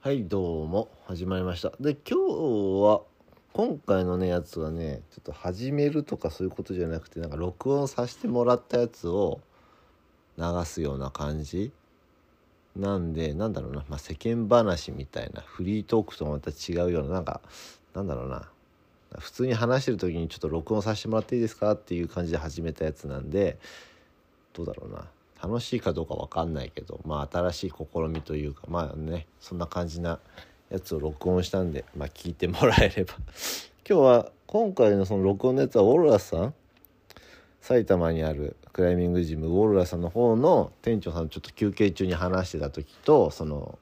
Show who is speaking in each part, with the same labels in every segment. Speaker 1: はいどうも始まりましたで今日は今回のねやつはねちょっと始めるとかそういうことじゃなくてなんか録音させてもらったやつを流すような感じなんでなんだろうな、まあ、世間話みたいなフリートークとまた違うようななんかなんだろうな普通に話してる時にちょっと録音させてもらっていいですかっていう感じで始めたやつなんでどうだろうな楽しいかどうか分かんないけどまあ新しい試みというかまあねそんな感じなやつを録音したんでまあ聞いてもらえれば 今日は今回のその録音のやつはオーロラさん埼玉にあるクライミングジムウォーロラさんの方の店長さんとちょっと休憩中に話してた時とその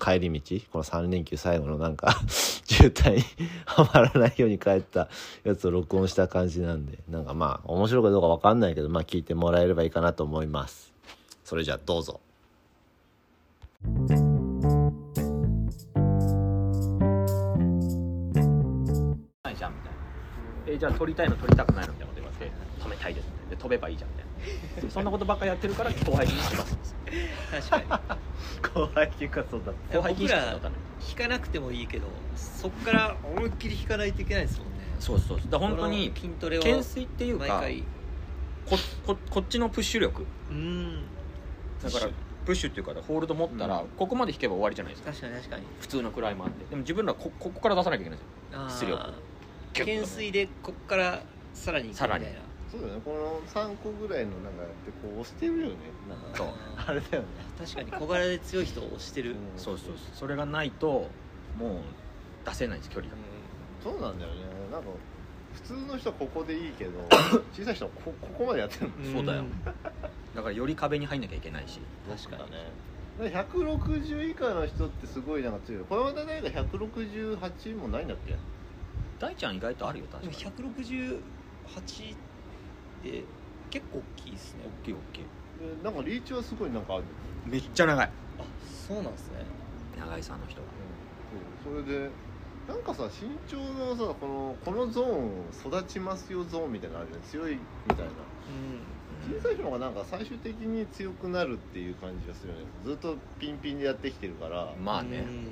Speaker 1: 帰り道この3連休最後のなんか 渋滞にはまらないように帰ったやつを録音した感じなんでなんかまあ面白いかどうかわかんないけどまあ聞いてもらえればいいかなと思いますそれじゃあどうぞ
Speaker 2: ないじゃんみたいな、えじゃあ取りたいの取りたくないのみたいなこと言われて止めたいですみたいなで飛べばいいじゃんみたいなそんなことばっかやってるから後輩禁止します
Speaker 3: 確かに
Speaker 1: 後輩休暇そうだ
Speaker 2: 後輩禁止のため
Speaker 3: 引かなくてもいいけどそっから思いっきり引かないといけないですもんね
Speaker 2: そうそうそうだから本当に
Speaker 3: この筋トレを
Speaker 2: 懸垂っていう
Speaker 3: 毎
Speaker 2: か
Speaker 3: 回
Speaker 2: こここっちのプッシュ力
Speaker 3: うん
Speaker 2: だからプッシュっていうかホールド持ったら、
Speaker 3: うん
Speaker 2: ここまで引けば終わりじゃないですか
Speaker 3: 確かに確かに
Speaker 2: 普通のクライマーってでも自分らこここから出さなきゃいけないんですよ出力
Speaker 3: あー
Speaker 2: ギュッとね
Speaker 3: 懸垂でこっからさらに行くみたいな
Speaker 2: さ
Speaker 1: そうだねこの3個ぐらいのなんかやってこう押してるよねなんか
Speaker 2: そう
Speaker 3: あ
Speaker 1: あれだよね
Speaker 3: ー確かに小柄で強い人を押してる、
Speaker 1: うん
Speaker 2: そうそうそうそれがないともう出せないんです距離が
Speaker 1: そうなんだよねなんか普通の人はここでいい けど小さい人はこここまでやってるもん
Speaker 3: ん
Speaker 2: そうだよだからより壁に入んなきゃいけないし
Speaker 3: 確かに
Speaker 1: ね160以下の人ってすごいなんか強いこれまでなんか168もないんだっけ
Speaker 2: 大ちゃん意外とあるよ確
Speaker 3: で
Speaker 2: か
Speaker 3: も
Speaker 2: に大
Speaker 3: 168って結構大きいですね
Speaker 2: きい大きい
Speaker 1: でなんかリーチはすごいなんかあるう
Speaker 2: めっちゃ長い
Speaker 3: あそうなんですね
Speaker 2: 長井さんの人は
Speaker 1: んそうそれでなんかさ身長のさこのこのゾーン育ちますよゾーンみたいなのあるじゃん強いみたいな小さい人の方がなんか最終的に強くなるっていう感じがするよねずっとピンピンでやってきてるから
Speaker 3: うん
Speaker 2: まあね
Speaker 3: うん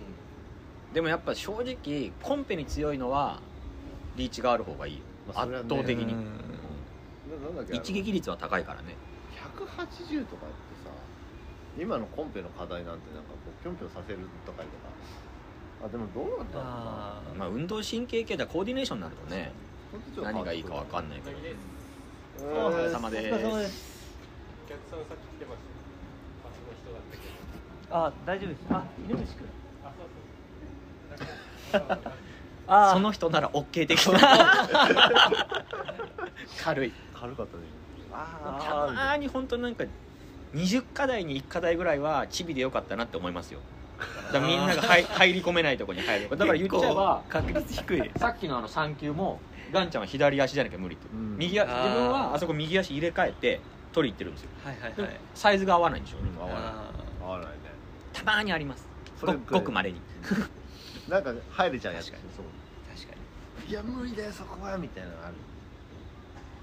Speaker 2: でもやっぱ正直コンペに強いのはリーチがある方がいいよ、
Speaker 1: まあそれは
Speaker 2: 圧
Speaker 1: ね
Speaker 2: 倒的に、
Speaker 3: うん
Speaker 1: ななんだっけあの
Speaker 2: 一撃率は高いからね
Speaker 1: 180とかってさ今のコンペの課題なんてなんかこうぴょんぴょんさせるとかとかあでもどうなんだろうな
Speaker 3: あー
Speaker 2: まあ運動神経系ではコーディネーションになるとね
Speaker 1: ほんとちょっと
Speaker 2: 何がいいか分かんないけど
Speaker 1: 変
Speaker 2: お
Speaker 1: わってく
Speaker 2: 疲
Speaker 1: る
Speaker 2: れ様です
Speaker 1: お疲れ様です
Speaker 4: お客さんさっき来てましたよあその人だったけど
Speaker 3: あ大丈夫ですあ犬虫くん
Speaker 4: あそうそう
Speaker 3: あ
Speaker 2: その人なら OK 的な 軽い
Speaker 1: 軽かったね
Speaker 2: た
Speaker 1: あー
Speaker 2: まに本当になんか20課題に1課題ぐらいはチビでよかったなって思いますよだからみんなが入入り込めないとこに入るだから言っちゃえば
Speaker 3: 確率低い
Speaker 2: さっきのあの3球もガンちゃんは左足じゃなきゃ無理って
Speaker 1: うん
Speaker 2: 右足
Speaker 3: あー
Speaker 2: 自分はあそこ右足入れ替えて取り行ってるんですよ
Speaker 3: はいはい
Speaker 2: で
Speaker 3: は
Speaker 2: も
Speaker 3: い
Speaker 2: サイズが合わないんでしょうね
Speaker 1: うん合わない
Speaker 3: あ
Speaker 1: 合わないね
Speaker 2: たまにあります
Speaker 1: そ
Speaker 2: ご
Speaker 1: れ
Speaker 2: ごくまれに
Speaker 1: なんか入れちゃうやつ
Speaker 2: 確か
Speaker 1: そう
Speaker 3: ー確かに
Speaker 1: いや無理だよそこはみたいなのある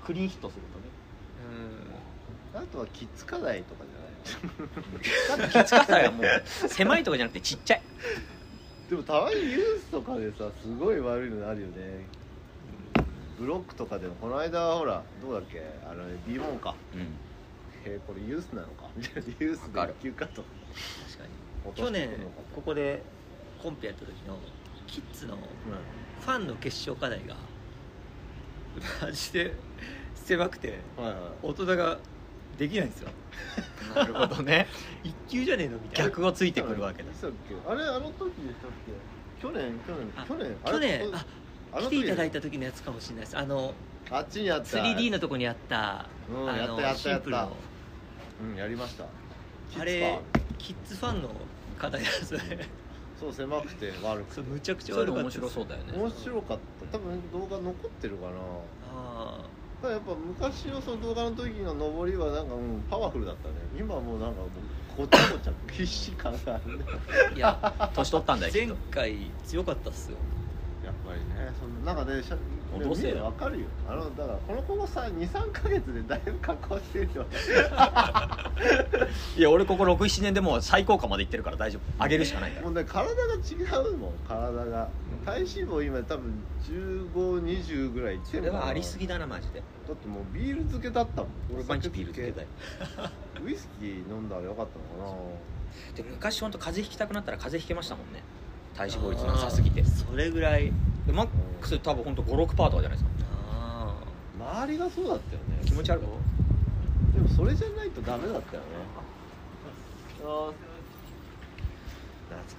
Speaker 2: クリーンヒットするとね
Speaker 1: あとはキッズ課題とかじゃない
Speaker 2: 気 つかさはもう狭いとかじゃなくてちっちゃい
Speaker 1: でもたまにユースとかでさすごい悪いのあるよねブロックとかでもこの間はほらどうだっけあの B モンか
Speaker 2: うん
Speaker 1: えーこれユースなのかみたいなユースで
Speaker 2: わかる
Speaker 1: 1級かと
Speaker 3: 確かに去年ここでコンペやった時のキッズのファンの決勝課題がマジで狭くて
Speaker 1: うんはいはい
Speaker 3: 大人ができないんですよ
Speaker 2: なるほどね
Speaker 3: 一級じゃねえのみたいな
Speaker 2: 逆をついてくるわけだ
Speaker 1: いつっけあれあの時でしたっけ去年去年
Speaker 3: あ
Speaker 1: 去年あれ
Speaker 3: 去
Speaker 1: こ
Speaker 3: 年あ
Speaker 1: あの
Speaker 3: 来
Speaker 1: 時
Speaker 3: ていただいた時のやつかもしれないですあの
Speaker 1: あっちにあった
Speaker 3: 3D のとこにあった
Speaker 1: うん
Speaker 3: あ
Speaker 1: やったや
Speaker 3: の
Speaker 1: った
Speaker 3: シ
Speaker 1: や
Speaker 3: ン
Speaker 1: っ
Speaker 3: プルの
Speaker 1: たうんやりました
Speaker 3: あれ
Speaker 1: キッズか
Speaker 3: キッズファンの課題なんですよね
Speaker 1: そう狭くて悪く
Speaker 3: そうむちゃくち ゃ
Speaker 2: それ
Speaker 3: 悪かった
Speaker 2: 面
Speaker 3: です
Speaker 2: 白そうだよね
Speaker 1: 面白かった多分動画残ってるかな
Speaker 3: あ
Speaker 1: ただやっぱ昔のその動画の時の上りはなんかうんパワフルだったね今はもうなんかもうごちゃごちゃ 必死感があるね
Speaker 3: あいや
Speaker 2: 年取ったんだよきっと
Speaker 3: 前回強かったっすよ
Speaker 1: いややっぱり
Speaker 5: ね
Speaker 1: ねその中でしゃ
Speaker 2: もう同性だ
Speaker 1: でわかるよあのだからこの子もさ23か月でだいぶ加工してるよ
Speaker 2: いや俺ここ67年でもう最高価までいってるから大丈夫上げるしかないから
Speaker 1: もうね体が違うもん体が体脂肪今多分1520ぐらいいって
Speaker 3: そ
Speaker 1: る
Speaker 3: れ
Speaker 1: もん
Speaker 3: はありすぎだなマジで
Speaker 1: だってもうビール漬けだったもん
Speaker 3: 俺毎日ビール漬けだよ
Speaker 1: 酒ウイスキー飲んだらよかったのか
Speaker 2: で昔本当風邪ひきたくなったら風邪ひけましたもんね体脂肪率
Speaker 3: あー
Speaker 2: なさすぎて
Speaker 3: それぐらい
Speaker 2: でマックス多分本当56パーとかじゃないですか
Speaker 3: あ
Speaker 1: な周りがそうだったよね
Speaker 2: 気持ち悪くない
Speaker 1: でもそれじゃないとダメだったよね懐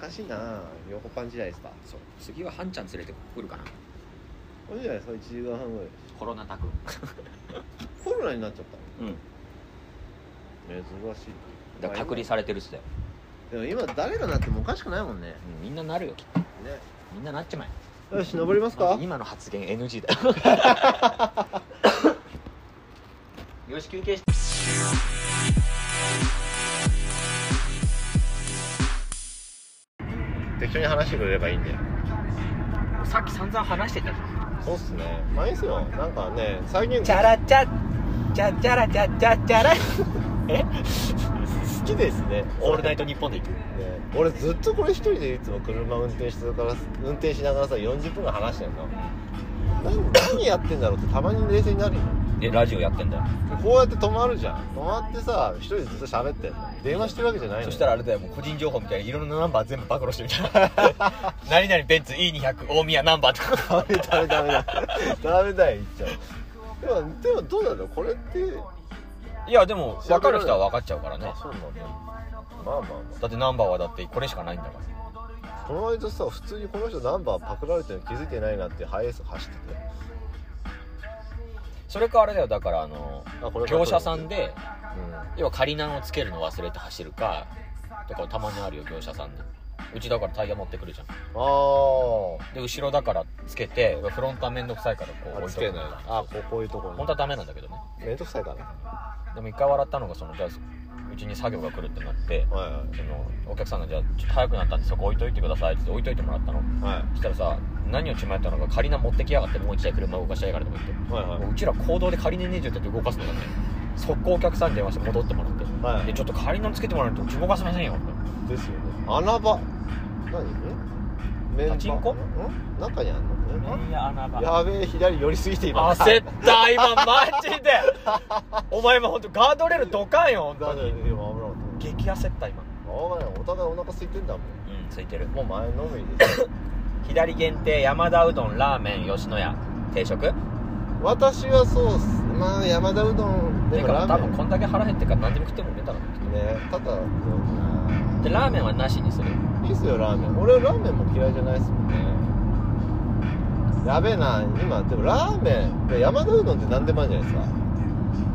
Speaker 1: かしいな横パン時代ですか
Speaker 2: そう次はハンちゃん連れてくるかな
Speaker 1: これじゃないですか1時間半ぐらい
Speaker 2: コロナタク
Speaker 1: コロナになっちゃった
Speaker 2: うん
Speaker 1: の珍しい
Speaker 2: だから隔離されてるっすだよ、
Speaker 1: でも今誰がなってもおかしくないもんね
Speaker 2: うんみんななるよきっと
Speaker 1: ね
Speaker 2: みんななっちまえ
Speaker 1: よし登りますか
Speaker 2: 今の発言 NG だよよし休憩して
Speaker 1: 適当に話してくれればいいんで
Speaker 2: さっき散々話してたじゃん
Speaker 1: そうっすねまあいいっすよなんかね最近
Speaker 2: チャラチャチャチャラチャチャチャラえ
Speaker 1: 好きですね
Speaker 2: オールナイトニッポンでいく
Speaker 1: ね俺ずっとこれ一人でいつも車運転してるから運転しながらさ40分間話してんの何何やってんだろうってたまに冷静になるよ
Speaker 2: えラジオやってんだよ
Speaker 1: こうやって止まるじゃん止まってさ一人でずっと喋ってんの電話してるわけじゃないのよ
Speaker 2: そしたらあれだよもう個人情報みたいにいろんなナンバー全部暴露してみたいな 何々ベンツ E200 大宮ナンバーとか
Speaker 1: ダメダメダメダメダメだよ言っちゃうでもでもどうなんだろうこれって
Speaker 2: いやでも分かる人は分かっちゃうからね
Speaker 1: あそうなんだまあまあま
Speaker 2: だってナンバーはだってこれしかないんだから
Speaker 1: あこの間さ普通にこの人ナンバーパクられてるの気づいてないなってハイエース走ってて
Speaker 2: それかあれだよだからあの
Speaker 1: あこれ
Speaker 2: 業者さんで
Speaker 1: うん
Speaker 2: 要は仮難をつけるの忘れて走るかとかたまにあるよ業者さんでうちだからタイヤ持ってくるじゃん
Speaker 1: ああ
Speaker 2: で後ろだからつけてフロントは面倒くさいからこう
Speaker 1: あ
Speaker 2: 置い
Speaker 1: つ
Speaker 2: とく
Speaker 1: けないあこうこういうところに
Speaker 2: 本当はダメなんだけどね
Speaker 1: めんどくさいから
Speaker 2: でも一回笑ったのがそのじゃあうちに作業が来るってなって
Speaker 1: はいは
Speaker 2: そのお客さんがじゃあちょっと早くなったんでそこ置いといてくださいって言って置いといてもらったの
Speaker 1: いは
Speaker 2: そしたらさ何をちまやったのか仮な持ってきやがってもう一台車動かしやがるとか言って
Speaker 1: いはいはい
Speaker 2: もううちら行動で仮に20って言って動かすのだね速攻お客さんに電話して戻ってもらって
Speaker 1: はい
Speaker 2: でちょっと仮のつけてもらわないとうち動かせませんよって
Speaker 1: ですよね穴場何メンバー
Speaker 2: パチンコ
Speaker 1: ん中にあんのね
Speaker 2: いや穴
Speaker 1: やべえ左寄りすぎて今
Speaker 2: 焦った今マジでお前今本当ガードレールドカンよ本
Speaker 1: だ
Speaker 2: 当
Speaker 1: ね
Speaker 2: に
Speaker 1: 今危なかっ
Speaker 2: 激焦った今
Speaker 1: たわからないお互いお腹空いてんだも ん
Speaker 2: うんついてる
Speaker 1: もう前のめりです
Speaker 2: 左限定山田うどんラーメン吉野家定食
Speaker 1: 私はそうっすまあ山田うどんで
Speaker 2: て
Speaker 1: も
Speaker 2: か
Speaker 1: ラ
Speaker 2: 多
Speaker 1: ーメン
Speaker 2: 分こんだけ腹減ってから何でも食っても出たら
Speaker 1: ねただそう
Speaker 2: でラーメンはなしにする
Speaker 1: いいっすよラーメン俺ラーメンも嫌いじゃないっすもんねやべえな今でもラーメンいや山田うどんって何でもあるじゃないですか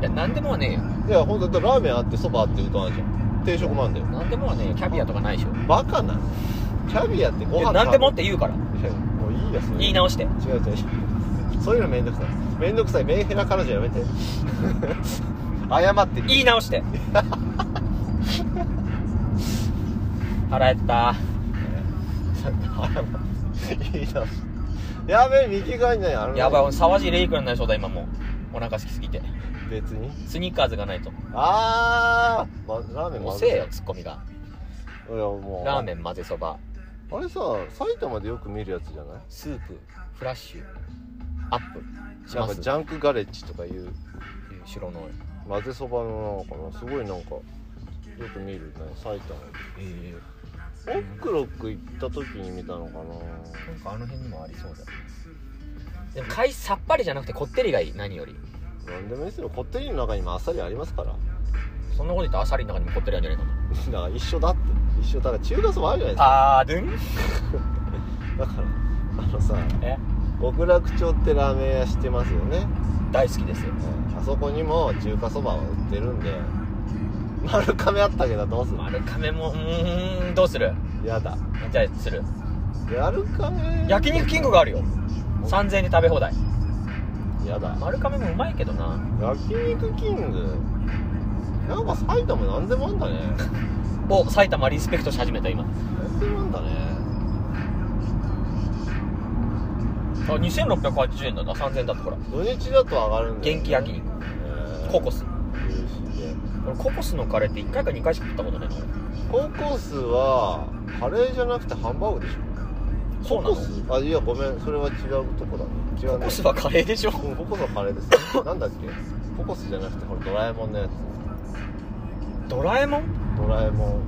Speaker 2: いや何でもはねえ
Speaker 1: い
Speaker 2: よ
Speaker 1: や本当だってラーメンあってそばあってうどんあるじゃん定食もあんだよ
Speaker 2: 何でもはねえよキャビアとかないでしょ
Speaker 1: バカなのキャビアってご
Speaker 2: い
Speaker 1: 飯
Speaker 2: や何でもって言うから
Speaker 1: 食べるもういいやそれ
Speaker 2: 言い直して
Speaker 1: 違う違う違うそういうのめんどくさいめんどくさいメンヘラ彼女やめて 謝ってる
Speaker 2: 言い 直して腹減った
Speaker 1: 言い直しやべえ右側にないあの
Speaker 2: やばい俺沢尻レイクになりそうだ今もうお腹空きすぎて
Speaker 1: 別に
Speaker 2: スニッカーズがないと
Speaker 1: あー、ま、ラーメン
Speaker 2: も
Speaker 1: 混
Speaker 2: う
Speaker 1: ぜ
Speaker 2: せえよツッコミが
Speaker 1: いやもう
Speaker 2: ラーメ
Speaker 1: ン
Speaker 2: ン混ぜそば
Speaker 1: あれさ埼玉でよく見るやつじゃない
Speaker 2: スープフラッシュアップし
Speaker 1: な
Speaker 2: ま
Speaker 1: んか
Speaker 2: す
Speaker 1: ジャンクガレッジとかいう
Speaker 2: 白の
Speaker 1: 混ぜそばのなのかなすごいなんかよく見るね埼玉
Speaker 2: え
Speaker 1: オックロック行った時に見たのかな
Speaker 2: えなんかあの辺にもありそうだよでも海さっぱりじゃなくてこってりがいい何より
Speaker 1: 何でもいいですよこってりの中にもあっさりありますから
Speaker 2: そんなこと言ったらアサリの中にもこってりあるんじゃないか
Speaker 1: だから一緒だって一緒だから中華そばあるじゃないですか
Speaker 2: パードゥン
Speaker 1: だからあのさ
Speaker 2: え
Speaker 1: 極楽町ってラーメン屋知ってますよね
Speaker 2: 大好きですよ
Speaker 1: あそこにも中華そばは売ってるんで丸亀あったけどどうする
Speaker 2: 丸亀もうーんどうする
Speaker 1: やだ
Speaker 2: じゃあする
Speaker 1: 丸亀
Speaker 2: 焼肉キングがあるよ3000円で食べ放題
Speaker 1: やだ
Speaker 2: 丸亀もうまいけどな
Speaker 1: 焼肉キングなんか埼玉なんでもあんだね
Speaker 2: お埼玉リスペクトし始めた今
Speaker 1: なんでもあんだね
Speaker 2: あ2680円だな3000円だってほら
Speaker 1: 土日だと上がるんだよ、ね、
Speaker 2: 元気焼肉
Speaker 1: えー
Speaker 2: ココス
Speaker 1: 美味しいね
Speaker 2: 俺ココスのカレーって1回か2回しか食ったことないの
Speaker 1: ココスはカレーじゃなくてハンバーグでしょ
Speaker 2: そうな
Speaker 1: ココ
Speaker 2: の
Speaker 1: スあいやごめんそれは違うとこだね違うね
Speaker 2: ココスはカレーでしょ
Speaker 1: うん、ココスのカレーです。なんだっけココスじゃなくて、これドラえもんのやつ。
Speaker 2: ドラえもん
Speaker 1: ドラえもん。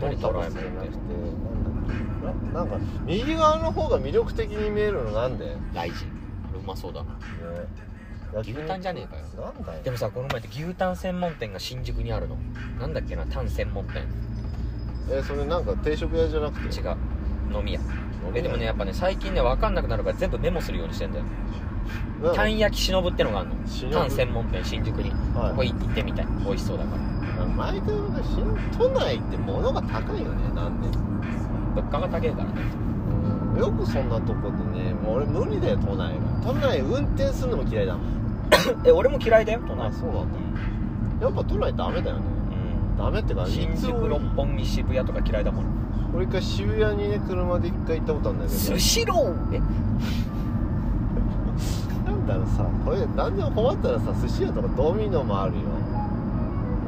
Speaker 2: 何
Speaker 1: ドラえもんじゃなくて、なんだっけななんか、右側の方が魅力的に見えるのなんで、ね、
Speaker 2: 大事あれうまそうだな
Speaker 1: 焼肉
Speaker 2: 牛タンじゃねえかよ
Speaker 1: なんだよ
Speaker 2: で。もさこの前って牛タン専門店が新宿にあるのなんだっけなタン専門店
Speaker 1: えそれなんか定食屋じゃなくて。
Speaker 2: 違う飲み屋えでもねやっぱね最近ね分かんなくなるから全部メモするようにしてんだよ
Speaker 1: なんか、
Speaker 2: タン焼きしのぶってのがあるの
Speaker 1: 忍
Speaker 2: タン専門店新宿にここ
Speaker 1: はい。
Speaker 2: 行ってみたい美味しそうだから
Speaker 1: 毎回私、都内って物が高いよね、なんで。
Speaker 2: 物価が高いからね
Speaker 1: よくそんなとこでね、もう俺無理だよ、都内は。都内運転するのも嫌いだもん。
Speaker 2: え俺も嫌いだよ都
Speaker 1: あ、
Speaker 2: 内
Speaker 1: そうなんだ。やっぱ都内ダメだよね。
Speaker 2: うん
Speaker 1: ダメって感じ
Speaker 2: 新宿六本木渋谷とか嫌いだもん
Speaker 1: 俺一回渋谷にね車で一回行ったことあるんだけ
Speaker 2: スシローえ
Speaker 1: どなんだろうさこれ何でも困ったらさ寿司屋とかドミノもあるよ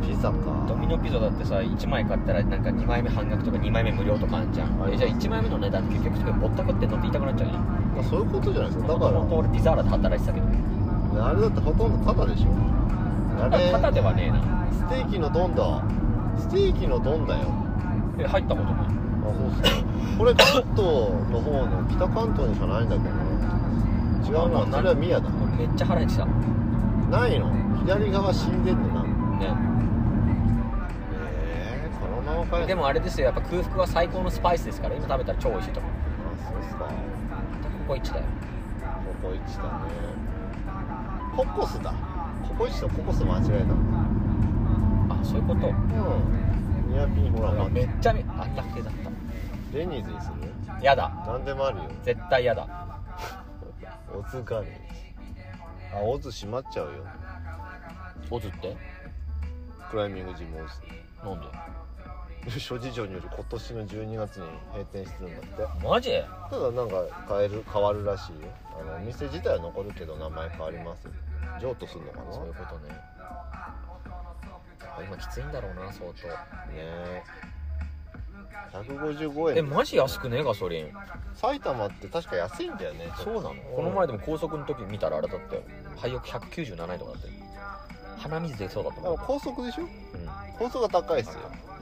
Speaker 1: ピザ
Speaker 2: ド
Speaker 1: か
Speaker 2: ミノピザだってさ1枚買ったらなんか2枚目半額とか2枚目無料とかあんじゃん
Speaker 1: あ
Speaker 2: え
Speaker 1: り
Speaker 2: じ
Speaker 1: ます
Speaker 2: ゃあ1枚目の値段って結局それぼったくってんのって言いたくなっちゃうじゃん
Speaker 1: まあそういうことじゃないですかだか
Speaker 2: もともと俺ピザーラで働いてたけど
Speaker 1: らあれだってほとんどタダでしょあれ
Speaker 2: ただではねえな
Speaker 1: ステーキの丼だステーキの丼だよ
Speaker 2: え入ったことない
Speaker 1: あそうっすねこれ関東の方の北関東にしかないんだけど違う
Speaker 2: あ
Speaker 1: なそれは宮だ
Speaker 2: めっちゃ腹減ってきたね
Speaker 1: ないの左側死んでんのなええこのまま帰る
Speaker 2: でもあれですよやっぱ空腹は最高のスパイスですから今食べたら超美味しいと思う
Speaker 1: あそうっすか
Speaker 2: ココイチだよ
Speaker 1: ココイチだねココスだココイチとココス間違えた
Speaker 2: あそういうこと
Speaker 1: うんニアピンほら
Speaker 2: あ
Speaker 1: 待
Speaker 2: め
Speaker 1: っ
Speaker 2: ってちゃめあったけだった
Speaker 1: デニーズにする
Speaker 2: やだ
Speaker 1: 何でもあるよ
Speaker 2: 絶対やだ
Speaker 1: おつかねあオズ閉まっちゃうよ
Speaker 2: オズって
Speaker 1: クライミングジムオズ
Speaker 2: なんで
Speaker 1: 諸事情により今年の12月に閉店してるんだって
Speaker 2: マジ
Speaker 1: ただなんか変える変わるらしいよあのお店自体は残るけど名前変わります譲渡するのかな
Speaker 2: そういうことねあ今きついんだろうな相
Speaker 1: ねえ155
Speaker 2: 当
Speaker 1: 円
Speaker 2: えマジ安くねえガソリン
Speaker 1: 埼玉って確か安いんだよね
Speaker 2: そうなのこの前でも高速の時見たらあれだったよ廃屋197円とかだったよ鼻水出そうだった
Speaker 1: で
Speaker 2: も
Speaker 1: も
Speaker 2: ん、
Speaker 1: 高速でしょ
Speaker 2: うん、
Speaker 1: 高速が高いですよ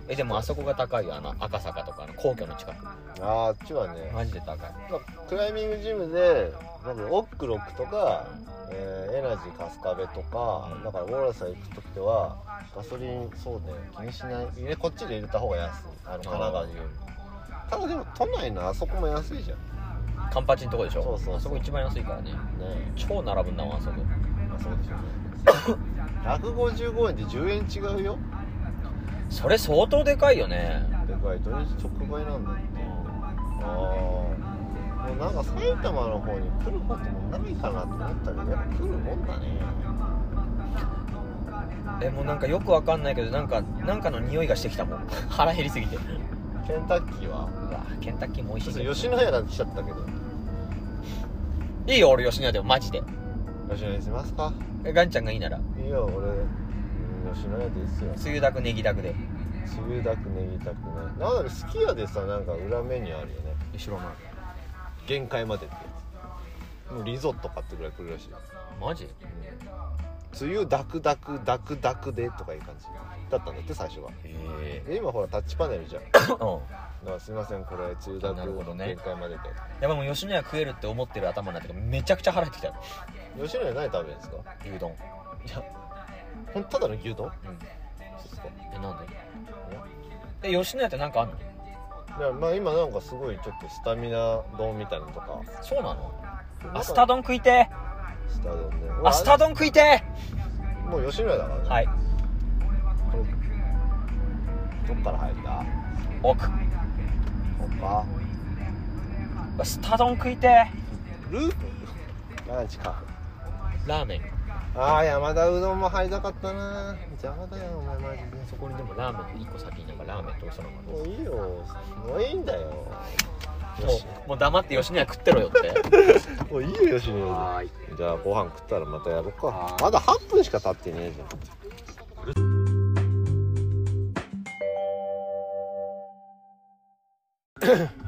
Speaker 2: えでもあそこが高いよあの赤坂とかあの皇居の近く
Speaker 1: あーあっちはね
Speaker 2: マジで高い
Speaker 1: まあクライミングジムでなんかオックロックとか、えーエナジー春日部とかだからウォーラーさん行く時とはガソリンそうね気にしない入れこっちで入れた方が安いあの神奈川によりただでも都内のあそこも安いじゃん
Speaker 2: カンパチのとこでしょ
Speaker 1: そうそうそう
Speaker 2: あそこ一番安いからね
Speaker 1: ね
Speaker 2: 超並ぶんだもんあそこ
Speaker 1: えまあそうでしょ うね155円で10円違うよ
Speaker 2: それ相当でかいよね
Speaker 1: でかい土日直売なんだってああもうなんか埼玉の方に来ることもないかなと思ったけどやっぱ来るもんだね
Speaker 2: えもうなんかよくわかんないけどなんかなんかの匂いがしてきたもん 腹減りすぎてう
Speaker 1: ケンタッキーは
Speaker 2: わケンタッキーも美
Speaker 1: ち
Speaker 2: 味
Speaker 1: ょっ
Speaker 2: し
Speaker 1: と吉
Speaker 2: い
Speaker 1: 野家が来ちゃったけど
Speaker 2: いいよ俺吉野家でもマジで
Speaker 1: 吉野家にしますか
Speaker 2: えガンちゃんがいいなら
Speaker 1: いいよ俺うん吉野家でいいっすよ
Speaker 2: つゆだくネギだくで
Speaker 1: つゆだくねぎだくねなんだろうすき家でさなんか裏メニューあるよね
Speaker 2: 後ろの
Speaker 1: 限界までってやつもうリゾット買ってぐらい来るらしいよ
Speaker 2: マジ
Speaker 1: つゆだくだくだくだくでとかいう感じだったんだって最初は
Speaker 2: へえ
Speaker 1: で今ほらタッチパネルじゃん
Speaker 2: うん
Speaker 1: だからすいませんこれつゆだく
Speaker 2: なるほどね
Speaker 1: 限界までで、
Speaker 2: やっぱもう吉野家食えるって思ってる頭なんだけどめちゃくちゃ腹減ってきたよ
Speaker 1: 吉野家何食べるんですか
Speaker 2: 牛丼いや
Speaker 1: ほんただの牛丼
Speaker 2: う
Speaker 1: そうっ
Speaker 2: ん
Speaker 1: すか
Speaker 2: えなんでえ吉野家ってなんかあんの
Speaker 1: いやまあ今なんかすごいちょっとスタミナ丼みたいなのとか
Speaker 2: そうなの
Speaker 1: なん
Speaker 2: あ
Speaker 1: か
Speaker 2: スタ丼食いて
Speaker 1: スタ丼ね
Speaker 2: ーあスタ丼食いて
Speaker 1: もう吉野家だからね
Speaker 2: ーはい
Speaker 1: これどっから入った
Speaker 2: 奥
Speaker 1: こっか
Speaker 2: スタ丼食いてー
Speaker 1: ループランチか
Speaker 2: ラーメン
Speaker 1: ああ山田うどんも入りたかったな邪魔だよお前マジで
Speaker 2: そこにでもラーメン1個先になんかラーメンとおそのま
Speaker 1: もういいよもういいんだよ
Speaker 2: もう黙って吉野家食ってろよって
Speaker 1: もういいよ吉野
Speaker 2: はーい
Speaker 1: 家じゃあご飯食ったらまたやろうか
Speaker 2: はーい
Speaker 1: まだ8分しか経ってねえじゃん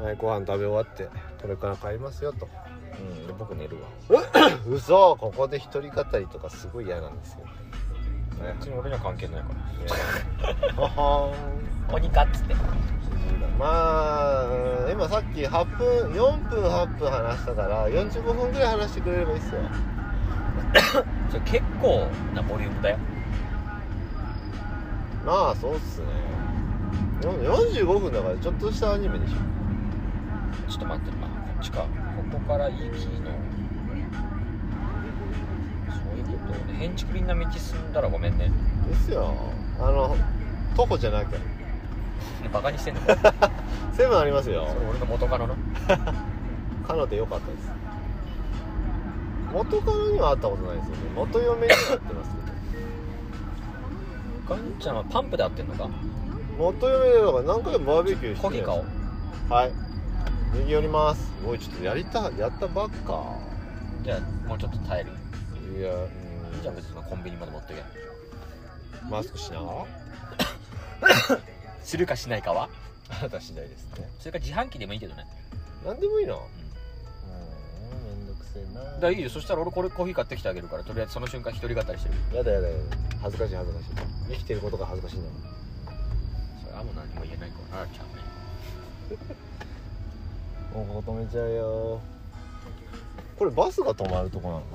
Speaker 1: はい、ご飯食べ終わってこれから帰りますよと
Speaker 2: うんで僕寝るわ
Speaker 1: 嘘ここで一人語りとかすごい嫌なんですよね
Speaker 2: 別に俺には関係ないから
Speaker 1: はは
Speaker 2: 鬼かっつって
Speaker 1: ーんまあ今さっき8分4分8分話したから45分ぐらい話してくれればいいっすよ
Speaker 2: それ結構なボリュームだよ
Speaker 1: まあそうっすねよ45分だからちょっとしたアニメでしょ
Speaker 2: ちょっと待ってなこっちかここから行きのそういうことね変築林な道進んだらごめんね
Speaker 1: ですよあの徒歩じゃなきゃ
Speaker 2: バカにしてんのか
Speaker 1: セブンありますよ
Speaker 2: それ俺の元カノの
Speaker 1: 彼女良かったです元カノには会ったことないですよね元嫁には会ってますけど
Speaker 2: ガンちゃんはパンプで会ってんのか
Speaker 1: 元嫁だから何回もバーベキューして
Speaker 2: コギカを
Speaker 1: はい右寄りますおいちょっとやりたやったばっか
Speaker 2: じゃあもうちょっと耐える
Speaker 1: いやうん
Speaker 2: じゃあ別にコンビニまで持ってけ
Speaker 1: マスクしな がら
Speaker 2: するかしないかは
Speaker 1: あなた次第ですね
Speaker 2: それか自販機でもいいけどね
Speaker 1: 何でもいいなうんめんどくせえな
Speaker 2: だからいいよそしたら俺これコーヒー買ってきてあげるからとりあえずその瞬間一人語りしてる
Speaker 1: やだやだやだ恥ずかしい恥ずかしい生きてることが恥ずかしいんだもん
Speaker 2: それはもう何も言えないからなちゃんね
Speaker 1: もうここ止めちゃうよこれバスが止まるとこなのか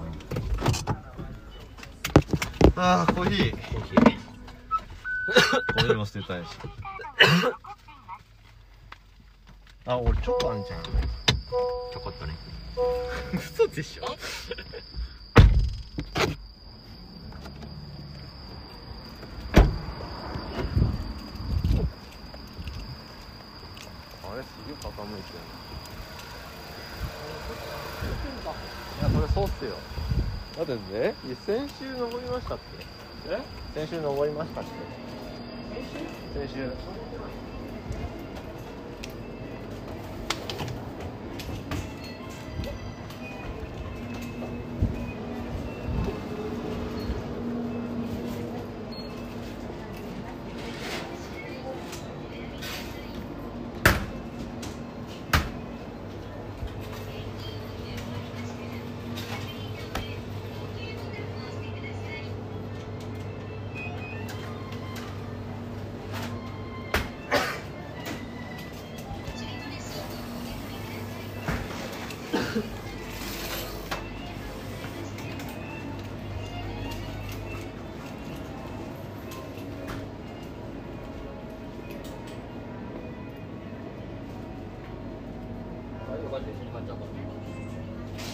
Speaker 1: なあーコーヒーコーヒーコーヒーも捨てたいし あ俺チョコあんじゃん
Speaker 2: ちょこっとね
Speaker 1: 嘘でしょ
Speaker 6: あれすげえ傾いてる
Speaker 1: いやこれそうっすよ
Speaker 6: だってねいや先週登りましたって
Speaker 1: 先週登りましたって先週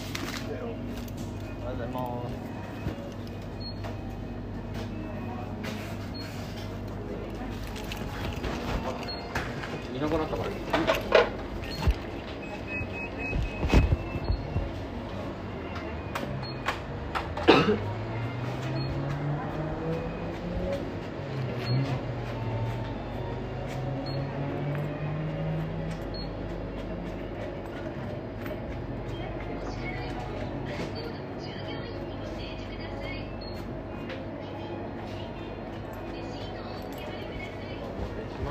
Speaker 1: ありがとうござい
Speaker 2: いなくなったから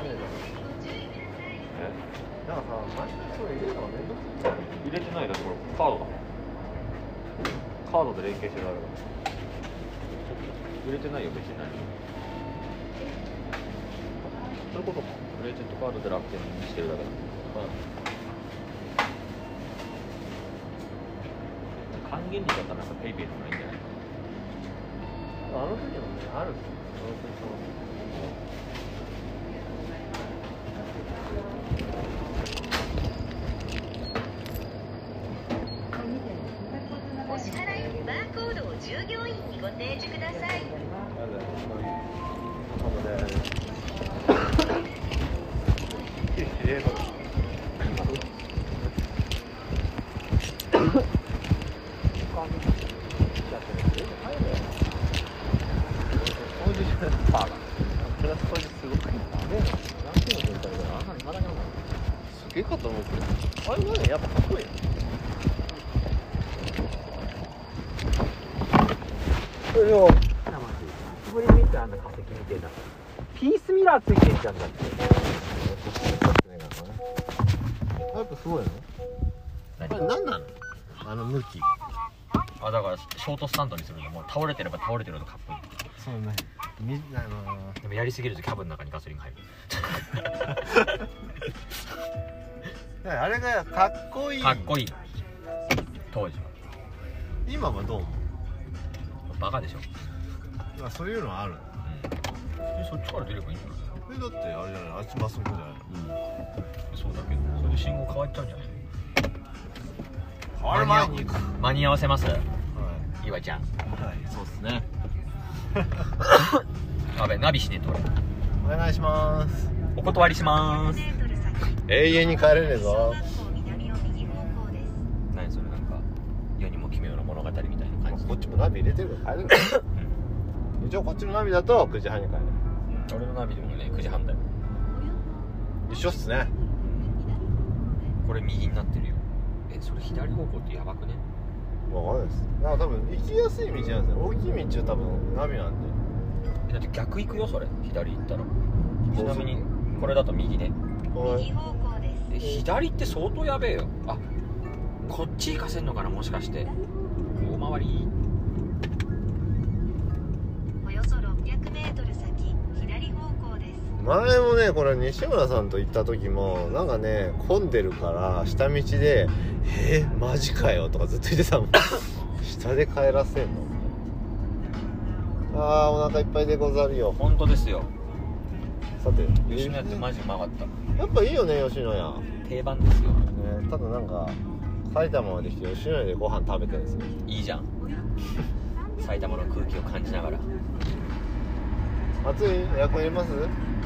Speaker 1: ますなんかさ前にそれ入れたのめんどくさい
Speaker 6: 入れてないだってこれカードだカードで連携してるあれだ入れてないよ別に何も
Speaker 2: そういうことかクレジットカードで楽天にしてるだけだ
Speaker 6: 還元率だったらなんかペイペイとかないんじゃない
Speaker 1: あの時もねあるっすよあの時そう
Speaker 7: お支払いバーコードを従業員にご提示ください。
Speaker 1: やだよこういうここで
Speaker 2: す
Speaker 8: げえかったなこれあれなんややっぱかっこいい
Speaker 2: 久しぶりに見たあんな化石見てたピースミラーついてんじゃんだって
Speaker 1: やっぱすごいのこれ何なのあの向き
Speaker 2: あだからショートスタンドにするのもう倒れてれば倒れてるのかっこいい
Speaker 1: そのねみあの
Speaker 2: でもやりすぎるとキャブの中にガソリン が入る
Speaker 1: あれがかっこいい
Speaker 2: かっこいい当時は
Speaker 1: 今はどう思
Speaker 2: バカでしょ、
Speaker 1: うまあそういうのはある
Speaker 2: うん、そっちから出ればいいんじゃない
Speaker 1: えだってあれじゃないあっちまっすぐじゃない
Speaker 2: そうだけどそれで信号変わっちゃうんじゃない
Speaker 1: 変わる前に行くは
Speaker 2: 間に合わせます岩ちゃん
Speaker 1: い、はい、そうですね
Speaker 2: やべナビしねえと俺
Speaker 1: お願いします
Speaker 2: お断りしまーす
Speaker 7: メートル先
Speaker 1: 永遠に帰れねえ
Speaker 7: 小
Speaker 1: ぞ
Speaker 7: 学校南を右方向です
Speaker 2: 何それなんか世にも奇妙な物語みたいな感じ
Speaker 1: こっちもナビ入れてるから帰れ る一応こっちのナビだと9時半に帰る
Speaker 2: 俺のナビでもね9時半だよ
Speaker 1: 一緒っすね
Speaker 2: これ右になってるよえそれ左方向ってやばくね
Speaker 1: わかんないですだから多分行きやすい道なんですよ大きい道は多分ナビなんで
Speaker 2: えだって逆行くよそれ左行ったらち
Speaker 1: う
Speaker 2: な
Speaker 1: する
Speaker 2: みにこれだと右ね
Speaker 1: はい
Speaker 7: 右方向です
Speaker 2: え左って相当やべえよあこっち行かせんのかなもしかして大回り
Speaker 7: およそ600メートル先左方向です
Speaker 1: 前もねこれ西村さんと行った時もなんかね混んでるから下道で「えー、マジかよ」とかずっと言ってたもん 下で帰らせんのあーお腹いっぱいでござるよ
Speaker 2: 本当ですよ
Speaker 1: さて
Speaker 2: 吉野家って
Speaker 1: や
Speaker 2: マジうまかった
Speaker 1: っぱいいよね吉野家、
Speaker 2: 定番ですよ
Speaker 1: ね、ただなんか埼玉まで来て吉野家でご飯食べてるんですよ
Speaker 2: いいじゃん埼玉の空気を感じながら
Speaker 1: 暑いエアコン入れます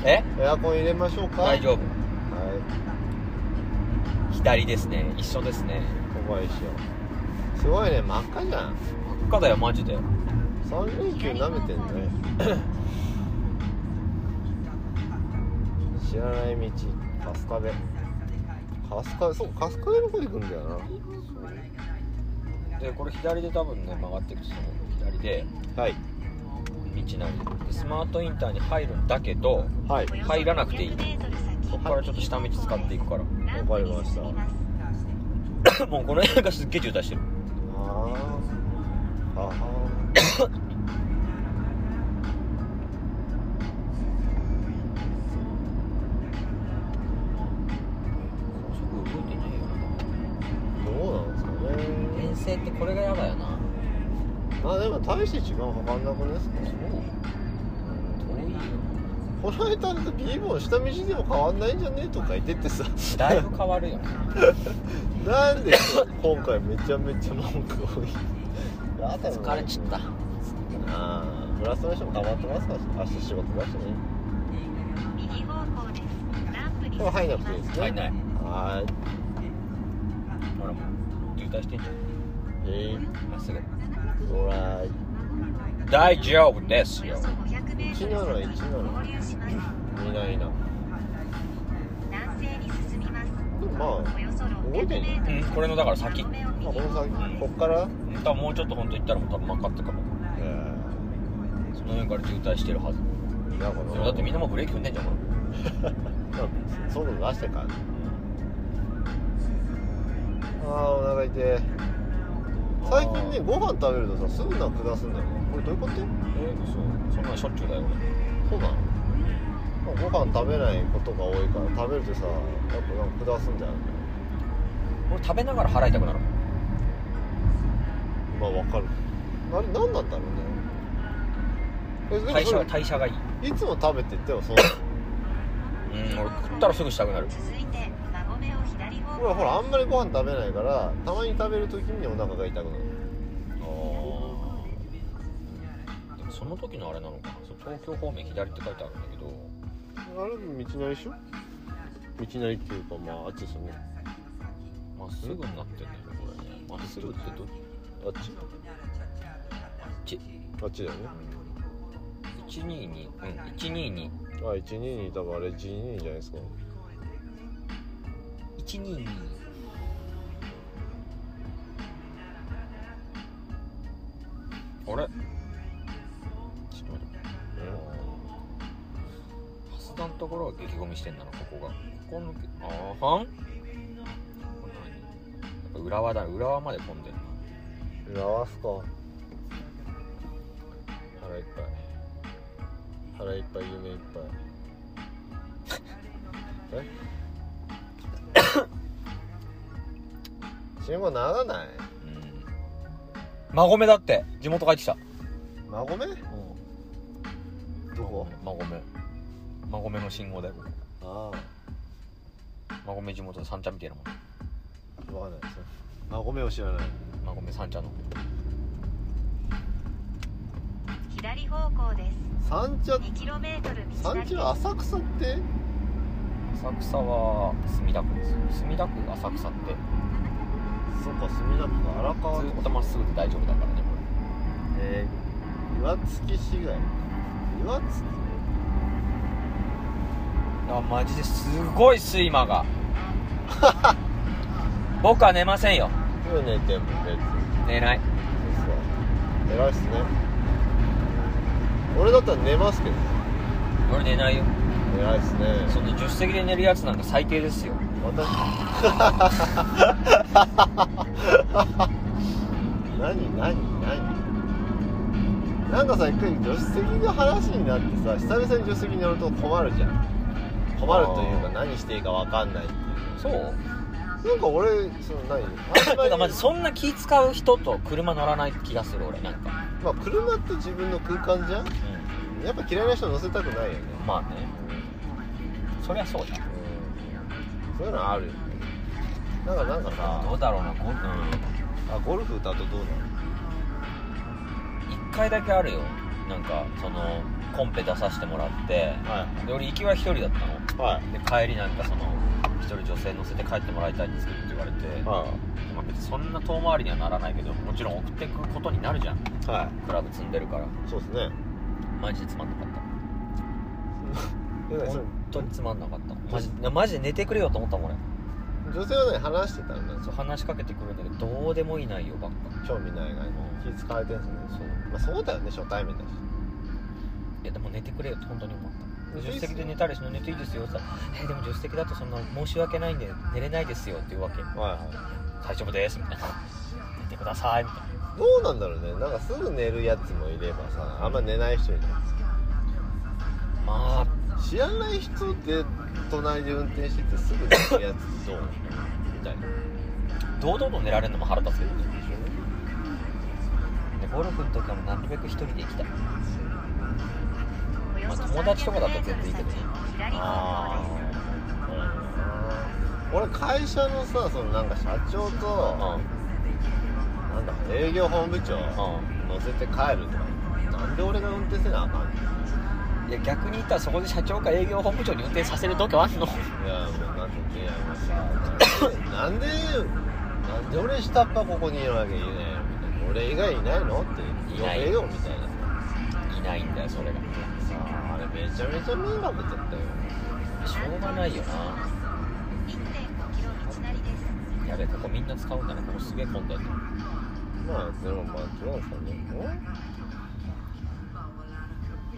Speaker 2: え
Speaker 1: エアコン入れましょうか
Speaker 2: 大
Speaker 1: 夫
Speaker 2: 丈夫
Speaker 1: はい
Speaker 2: 左ですね一緒ですね
Speaker 1: ここは一緒すごいね真っ赤じゃん
Speaker 2: 真っ赤だよマジで
Speaker 1: 3連休舐めてんね知らない道春日部春日部そうか春日部の方で行くんだよ
Speaker 2: でこれ左で多分ね曲がっていくとその左で
Speaker 1: なはい
Speaker 2: 道なりでスマートインターに入るんだけど
Speaker 1: はい
Speaker 7: およそ
Speaker 2: 入らなくていい
Speaker 7: 600メートル先
Speaker 2: ここからちょっと下道使っていくから
Speaker 7: ランプに進みま す
Speaker 2: もうこの辺がすっげえ渋滞してる
Speaker 1: あーあ
Speaker 2: 高速動いてないよ
Speaker 1: ーどうなんですか
Speaker 2: な
Speaker 1: ね
Speaker 2: 遠征ってこれがやだよな
Speaker 1: まあでも大して時間かかんなくないですか
Speaker 2: 遠いよ
Speaker 1: この間だと B ボン下道でも変わんないんじゃねえとか言ってってさ
Speaker 2: だいぶ変わるよね
Speaker 1: なんで今回めちゃめちゃ文句多い
Speaker 2: 疲れちった
Speaker 1: ああブラストの人も頑張ってますから明日仕事だしね
Speaker 7: 右方向ですランプに
Speaker 1: でも入んなくていい
Speaker 7: 進
Speaker 1: で
Speaker 7: みま
Speaker 1: ね
Speaker 2: 入
Speaker 7: すす
Speaker 2: んない
Speaker 1: はーい
Speaker 2: ほらもう渋滞してんじゃ
Speaker 1: え
Speaker 2: んまっすぐ
Speaker 1: ー、ドライ
Speaker 2: 大丈夫です
Speaker 7: およ
Speaker 2: よ
Speaker 7: そ500メートル先合流します
Speaker 1: 見ないな
Speaker 7: 南西に進みます
Speaker 1: でもまあ
Speaker 7: およそ600
Speaker 1: 動いてんじ
Speaker 7: メ
Speaker 1: ゃ
Speaker 7: ート
Speaker 2: う
Speaker 7: ル
Speaker 2: ん
Speaker 7: 先
Speaker 2: これのだから先
Speaker 7: ランプ目
Speaker 1: ま
Speaker 7: を右
Speaker 1: あこの先こっから
Speaker 2: 多分もうちょっと本当行ったら多分分かったかも
Speaker 1: え
Speaker 2: その辺から渋滞してるはず
Speaker 1: ー、なんかな
Speaker 2: だってみんなもうブレーキ踏んでんじゃんこれ
Speaker 1: なんか そういうの出してからああお腹痛い最近ねご飯食べるとさすぐなく下すんだよねこれどういうこと
Speaker 2: えー、嘘そんなのしょっちゅうだよ
Speaker 1: そうなのご飯食べないことが多いから食べるとさやっぱなんか下すんだよね
Speaker 2: 俺俺食べながら払いたくなるもん
Speaker 1: まあわかるあれ何なんだろうねえでも
Speaker 2: 代
Speaker 1: そ
Speaker 2: 謝
Speaker 1: れ
Speaker 2: 代謝がいい
Speaker 1: いつも食べてても そう
Speaker 2: うん俺食ったらすぐしたくなる
Speaker 7: 続いて孫目を左方
Speaker 1: ほら
Speaker 7: 向
Speaker 1: ほらあんまりご飯食べないからたまに食べる時にお腹が痛くなる
Speaker 2: あーでもその時のあれなのかなそう東京方面左って書いてあるんだけど
Speaker 1: あれも道なりでしょ道なりっていうかまああっちですよね
Speaker 2: まっすぐになってんだよねこれねまっすぐってどっ
Speaker 1: あっち
Speaker 2: ち
Speaker 1: あっちだよね
Speaker 2: 122うん122
Speaker 1: あ122多分あれ122じゃないですか
Speaker 3: 122
Speaker 2: あれちょっと待ってハスダのところは激ゴミしてんだなここがここのあーはんこれ何やっぱ浦和だ浦和まで混んでる
Speaker 1: わすか
Speaker 2: な腹いっぱい
Speaker 1: 腹いっぱい夢いっぱい え信号ならない
Speaker 2: うん馬込だって地元帰ってきた
Speaker 1: 馬込どこ
Speaker 2: 馬込馬込の信号だよここ
Speaker 1: あ
Speaker 2: 馬込地元の三茶みたいなもん
Speaker 1: あ分かんないです馬込を知らない
Speaker 2: 馬込三茶の
Speaker 7: 左方向です。
Speaker 1: 三茶
Speaker 7: 2km 道な
Speaker 1: 三
Speaker 7: りです
Speaker 1: 茶。浅草って
Speaker 2: 浅草は墨田区です墨田区浅草って
Speaker 1: そっか墨田区か荒川
Speaker 2: ず
Speaker 1: と
Speaker 2: っ
Speaker 1: か
Speaker 2: とまっすぐで大丈夫だからねこ
Speaker 1: えー、岩槻市街岩槻
Speaker 2: れあマジですごい睡魔が 僕は寝ませんよ
Speaker 1: 今日寝ても別に
Speaker 2: 寝ない
Speaker 1: そう偉いっすね俺だったら寝ますけど
Speaker 2: 俺寝ないよ
Speaker 1: 偉いっすね
Speaker 2: その助手席で寝るやつなんか最低ですよ
Speaker 1: 私 何何何なんかさ一回助手席の話になってさ久々に助手席に乗ると困るじゃん困るというか
Speaker 2: あー
Speaker 1: 何していいか分かんないっていう
Speaker 2: そう
Speaker 1: なんか俺その何あんま
Speaker 2: て
Speaker 1: り
Speaker 2: かまずそんな気使う人と車乗らない気がする俺なんか
Speaker 1: まあ車って自分の空間じゃん
Speaker 2: う
Speaker 1: やっぱ嫌いな人乗せたくないよね
Speaker 2: んまあねそりゃそうだ
Speaker 1: うんそういうのあるよねなんかなんかさ
Speaker 2: どうだろうなこううん
Speaker 1: あゴルフだとどうなの
Speaker 2: 一回だけあるよなんかそのコンペ出させてもらって
Speaker 1: は
Speaker 2: で俺行きは一人だったの
Speaker 1: いは
Speaker 2: で帰りなんかその一人女性乗せて帰ってもらいたいんですけどって言われて、
Speaker 1: は
Speaker 2: まあ、別にそんな遠回りにはならないけどもちろん送っていくことになるじゃん
Speaker 1: いは
Speaker 2: クラブ積んでるから
Speaker 1: いそうですね
Speaker 2: マジでつまんなかっ
Speaker 1: で
Speaker 2: た
Speaker 1: ねそれ
Speaker 2: 本当につまんなかったマジでマジで寝てくれよと思ったもん俺
Speaker 1: 女性はね話してたんだよ
Speaker 2: そう話しかけてくるんだけどどうでもいい内容ばっか
Speaker 1: 興味ないが気使えてんすね
Speaker 2: そう
Speaker 1: まあそうだよね初対面だし
Speaker 2: いやでも寝てくれよって本当に思った
Speaker 1: い
Speaker 2: で
Speaker 1: いっ
Speaker 2: 助
Speaker 1: す
Speaker 2: 手席で寝たりして寝ていいですよって言ったら「えでも助手席だとそんな申し訳ないんで寝れないですよ」って言うわけ
Speaker 1: はいは
Speaker 2: 「大丈夫です」みたいな「寝てください」みたいない
Speaker 1: どうなんだろうねなんかすぐ寝るやつもいればさあんま寝ない人いる
Speaker 2: まあ
Speaker 1: 知らない人で隣で運転しててすぐ寝るやつってどうみたいな
Speaker 2: 堂々と寝られるのも腹立つけどねでゴルフの時はもうなるべく一人で行きたい
Speaker 7: およそ
Speaker 2: まあ友達とかだったら全然いいけどね
Speaker 7: 300m 先左方向で
Speaker 1: あ
Speaker 7: す。
Speaker 1: ー俺会社のさそのなんか社長となんだ営業本部長
Speaker 2: ん
Speaker 1: 乗せて帰るとかなんで俺が運転せなあかんの
Speaker 2: いや逆に言ったらそこで社長か営業本部長に運転させる度胸あん
Speaker 1: いや
Speaker 2: の
Speaker 1: もうなんていやもう さなんでなんで俺下っ端ここにいるわけいないのみたいな俺以外いないのって
Speaker 2: い
Speaker 1: 呼
Speaker 2: ない
Speaker 1: べよみたいなさ
Speaker 2: いないんだよそれが
Speaker 1: あれめちゃめちゃ迷惑だったよ
Speaker 2: しょうがないよな
Speaker 7: 1.5km 道なりです。
Speaker 2: やべここみんな使うんだねここすげえ混んでるの
Speaker 1: まあでもまあどうなんですかね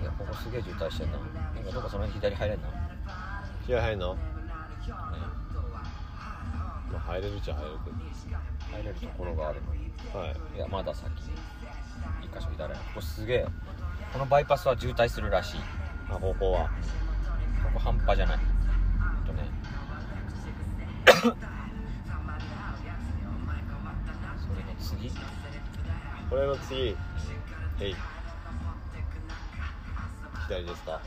Speaker 2: いやここすげえ渋滞してんな今どこその辺左入れんな、
Speaker 1: 気合入んの、
Speaker 2: ね
Speaker 1: まあ、入れるっちゃ入れる
Speaker 2: 入れるところがあるのに
Speaker 1: けどはい
Speaker 2: いやまだ先一箇所左ここすげえこのバイパスは渋滞するらしい
Speaker 1: あここは
Speaker 2: ここ半端じゃないほんとね それの次
Speaker 1: これの次えい左ですか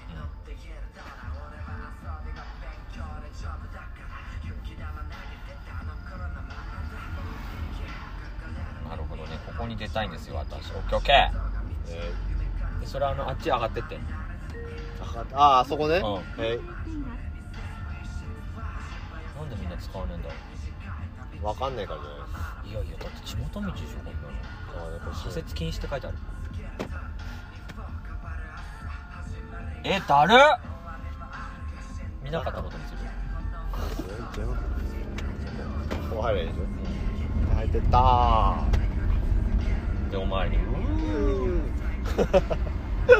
Speaker 2: なるほどねここに出たいんですよ私オッケーオッケー
Speaker 1: え
Speaker 2: でそれはあのあっち上がってって
Speaker 1: いあああそこね、
Speaker 2: うん
Speaker 1: え
Speaker 2: なんでみんな使わねえんだろ
Speaker 1: いわかんないからじゃないですか
Speaker 2: ういやいやだって地元道でしょこん
Speaker 1: あ
Speaker 2: なの
Speaker 1: あやっぱ
Speaker 2: 左
Speaker 1: そう
Speaker 2: 折禁止って書いてあるえだるっ見なかったことにする
Speaker 1: え全部も入れでしょ入ってったー
Speaker 2: でお前にうー
Speaker 1: あー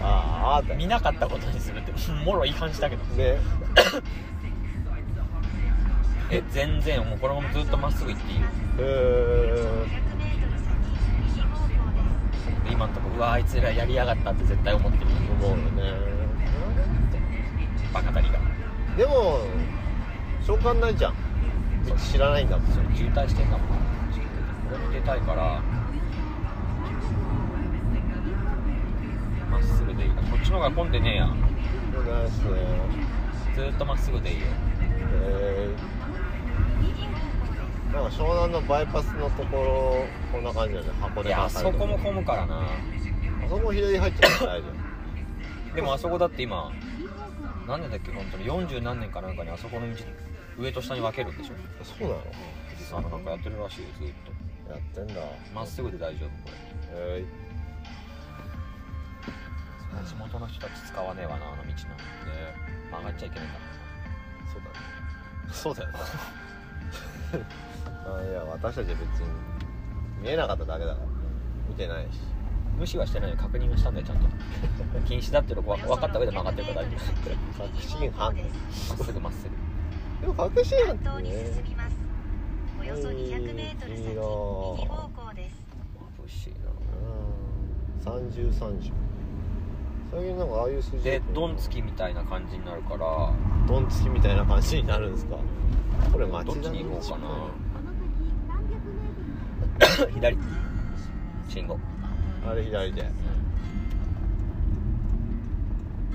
Speaker 1: あーっ
Speaker 2: 見なかったことにするって もろ違反したけど
Speaker 1: てね
Speaker 2: え全然もうこのままずっとまっすぐ行っていいよ
Speaker 1: うーん
Speaker 2: で今のとこうわあいつらやりやがったって絶対思ってるよ
Speaker 1: 思うよね
Speaker 2: バカたりが
Speaker 1: でも召喚ないじゃん知らないんだもん
Speaker 2: それ渋滞してんだもん俺も出たいからまっすぐでいいなこっちの方が混んでねえや
Speaker 1: ないっすね
Speaker 2: ずーっとまっすぐでいいよ
Speaker 1: えー、なんか湘南のバイパスのところこんな感じだね箱
Speaker 2: い
Speaker 1: 根
Speaker 2: や
Speaker 1: が
Speaker 2: あ
Speaker 1: 入
Speaker 2: そ
Speaker 1: ると
Speaker 2: こも混むからな
Speaker 1: あそこ左入っちゃうから大丈
Speaker 2: でもあそこだって今何年だっけ本当に40何年かなんかにあそこの道上と下に分けるんでしょ
Speaker 1: 夫そうなの
Speaker 2: 富士山のなんかやってるらしいよずーっ
Speaker 1: やってんだ
Speaker 2: とまっすぐで大丈夫こ
Speaker 1: えー
Speaker 2: れ地元の人たち使わねえわなあの道なね曲がっちゃいけないんだ
Speaker 1: そうだね。そうだよな。あいや私たちは別に見えなかっただけだから見てないし
Speaker 2: 無視はしてないよ確認はしたんだよちゃんと禁止だっていうの分かった上で曲がってるから大丈
Speaker 1: 確信犯ね
Speaker 2: 夫まっすぐまっす
Speaker 1: で
Speaker 2: ぐ
Speaker 1: も確信
Speaker 7: 半
Speaker 1: 犯
Speaker 7: 島
Speaker 1: って
Speaker 7: に進
Speaker 1: ね
Speaker 7: みます。およそ200メートル先、
Speaker 1: いい
Speaker 7: 右
Speaker 1: な
Speaker 7: 方
Speaker 1: ぁ
Speaker 7: 向です。
Speaker 2: 眩しいな
Speaker 1: うーん3030最近なんかああいう数字
Speaker 2: でドンつきみたいな感じになるから
Speaker 1: ドンつきみたいな感じになるんですかこれ
Speaker 2: どっ
Speaker 1: 町
Speaker 2: ち
Speaker 1: 田
Speaker 2: に行こうかな 左信号
Speaker 1: なあれ左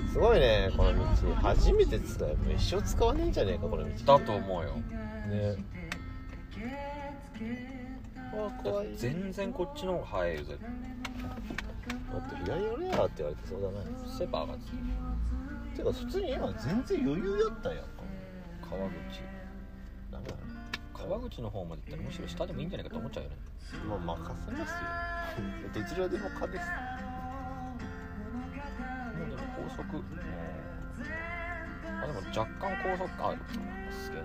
Speaker 1: ですごいねこの道初めて使えば一生使わねえんじゃねえかこの道
Speaker 2: だと思うよ
Speaker 1: ねわあ怖い
Speaker 2: 全然こっちの方が早いよ絶対
Speaker 1: だって左寄れやって言われてそうだな
Speaker 2: セパーが
Speaker 1: てか普通に今全然余裕やったやんか
Speaker 2: 川口
Speaker 1: ダメだ
Speaker 2: 川口の方まで行ったらむしろ下でもいいんじゃないかと思っちゃうよね
Speaker 1: なまあ任せ ますよどちらでも可です
Speaker 2: もうでも高速うんあでも若干高速あすげえ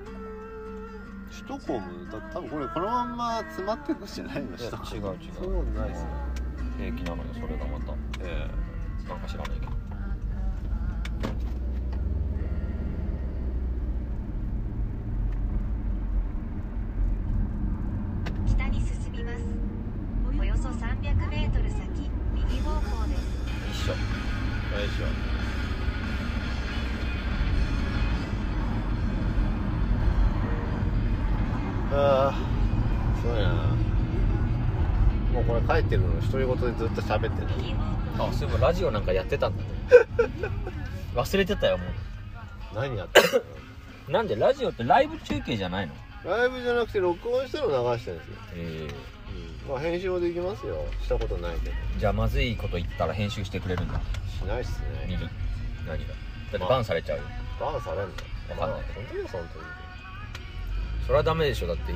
Speaker 1: 首都高もだ多分これこのまんま詰まっていくんじゃないの
Speaker 2: いや違う違う
Speaker 1: そうないっすね
Speaker 2: 平気なのよそれがまた
Speaker 1: え
Speaker 2: なんか知らないけど
Speaker 7: 北に進みます。およそ300メートル先、右方向です。
Speaker 2: 一緒
Speaker 1: えよいしょああすごいなもうこれ帰ってるの独り言でずっと喋ってる
Speaker 7: 右方向
Speaker 2: あそういえばラジオなんかやっ てたんだね忘れてたよも
Speaker 1: 何やってる
Speaker 2: うなんでラジオってライブ中継じゃないの
Speaker 1: のライブじゃなくて録音したの流してるんですよ
Speaker 2: え
Speaker 1: まあ編集はできますよしたことないけど
Speaker 2: えじゃあまずいこと言ったら編集してくれるんだ
Speaker 1: しないっす
Speaker 2: 見
Speaker 1: ね
Speaker 2: る何がだってバンされちゃうよ
Speaker 1: バーンされんの
Speaker 2: わかんない
Speaker 1: 本当にその時
Speaker 2: それはダメでしょだって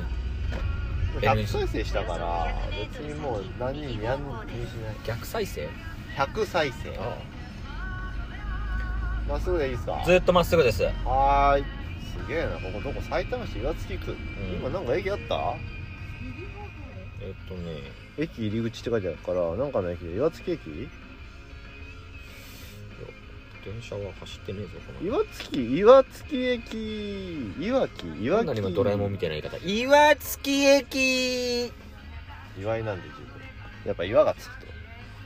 Speaker 1: 100再生したから別にもう何人やんの気にしない
Speaker 2: 逆再生
Speaker 1: 100再生まっすぐでいいっすか
Speaker 2: ずっとまっすぐです
Speaker 1: はーいすげえなここどこ埼玉市岩槻区、今なんか駅あった
Speaker 2: えっとね
Speaker 1: 駅入り口って書いてあるからなんかの駅で岩槻駅
Speaker 2: 電車は走ってねえぞこ
Speaker 1: 岩槻岩槻駅いわきいわ
Speaker 2: 何
Speaker 1: き
Speaker 2: だ今ドラえもんみたいな言い方岩槻駅
Speaker 1: 岩井なんで十分やっぱ岩がつくと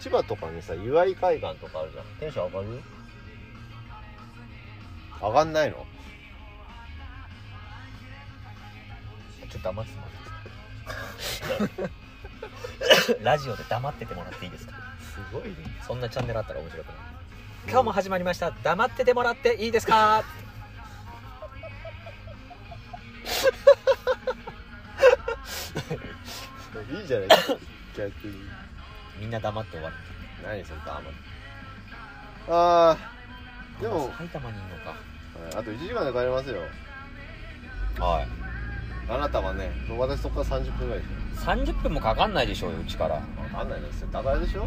Speaker 1: 千葉とかにさ岩井海岸とかあるじゃんテンション上がる上がんないの
Speaker 2: ちょっと黙ってもらっていいですか ラジオで黙っててもらっていいですか
Speaker 1: すごいね
Speaker 2: そんなチャンネルあったら面白くない今日も始まりました黙っててもらっていいですか
Speaker 1: いいじゃ ないですか逆に
Speaker 2: みんな黙って終わる
Speaker 1: 何それかあんまりあーでも
Speaker 2: 埼玉にいるの
Speaker 1: あと1時間で帰れますよ
Speaker 2: かはい
Speaker 1: あなたはね私そこから30分ぐらいでし
Speaker 2: 30分もかかんないでしょうようちから
Speaker 1: ょ分かんないです世田谷でしょ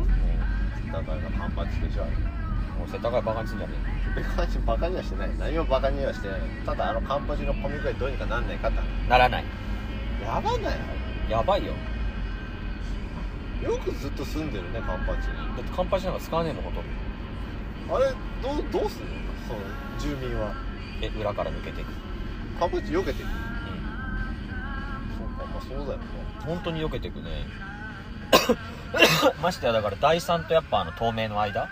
Speaker 1: 世田谷がパンパチでしょあれ
Speaker 2: もう世田谷バカにすんじゃね
Speaker 1: 別に私バカにはしてない何もバカにはしてないただあのカンパチのコミぐらいどうにかなんないかって話
Speaker 2: えならない
Speaker 1: やばない
Speaker 2: やばいよ
Speaker 1: よくずっと住んでるねカンパチに
Speaker 2: だってカンパチなんか使わねえもんほとんど
Speaker 1: あれどうどうするのその住民は
Speaker 2: え裏から抜けていく
Speaker 1: カンパチ避けてる
Speaker 2: うん
Speaker 1: そうかまあそうだよね
Speaker 2: 本当に避けていくね ましてやだから第3とやっぱあの透明の間
Speaker 1: は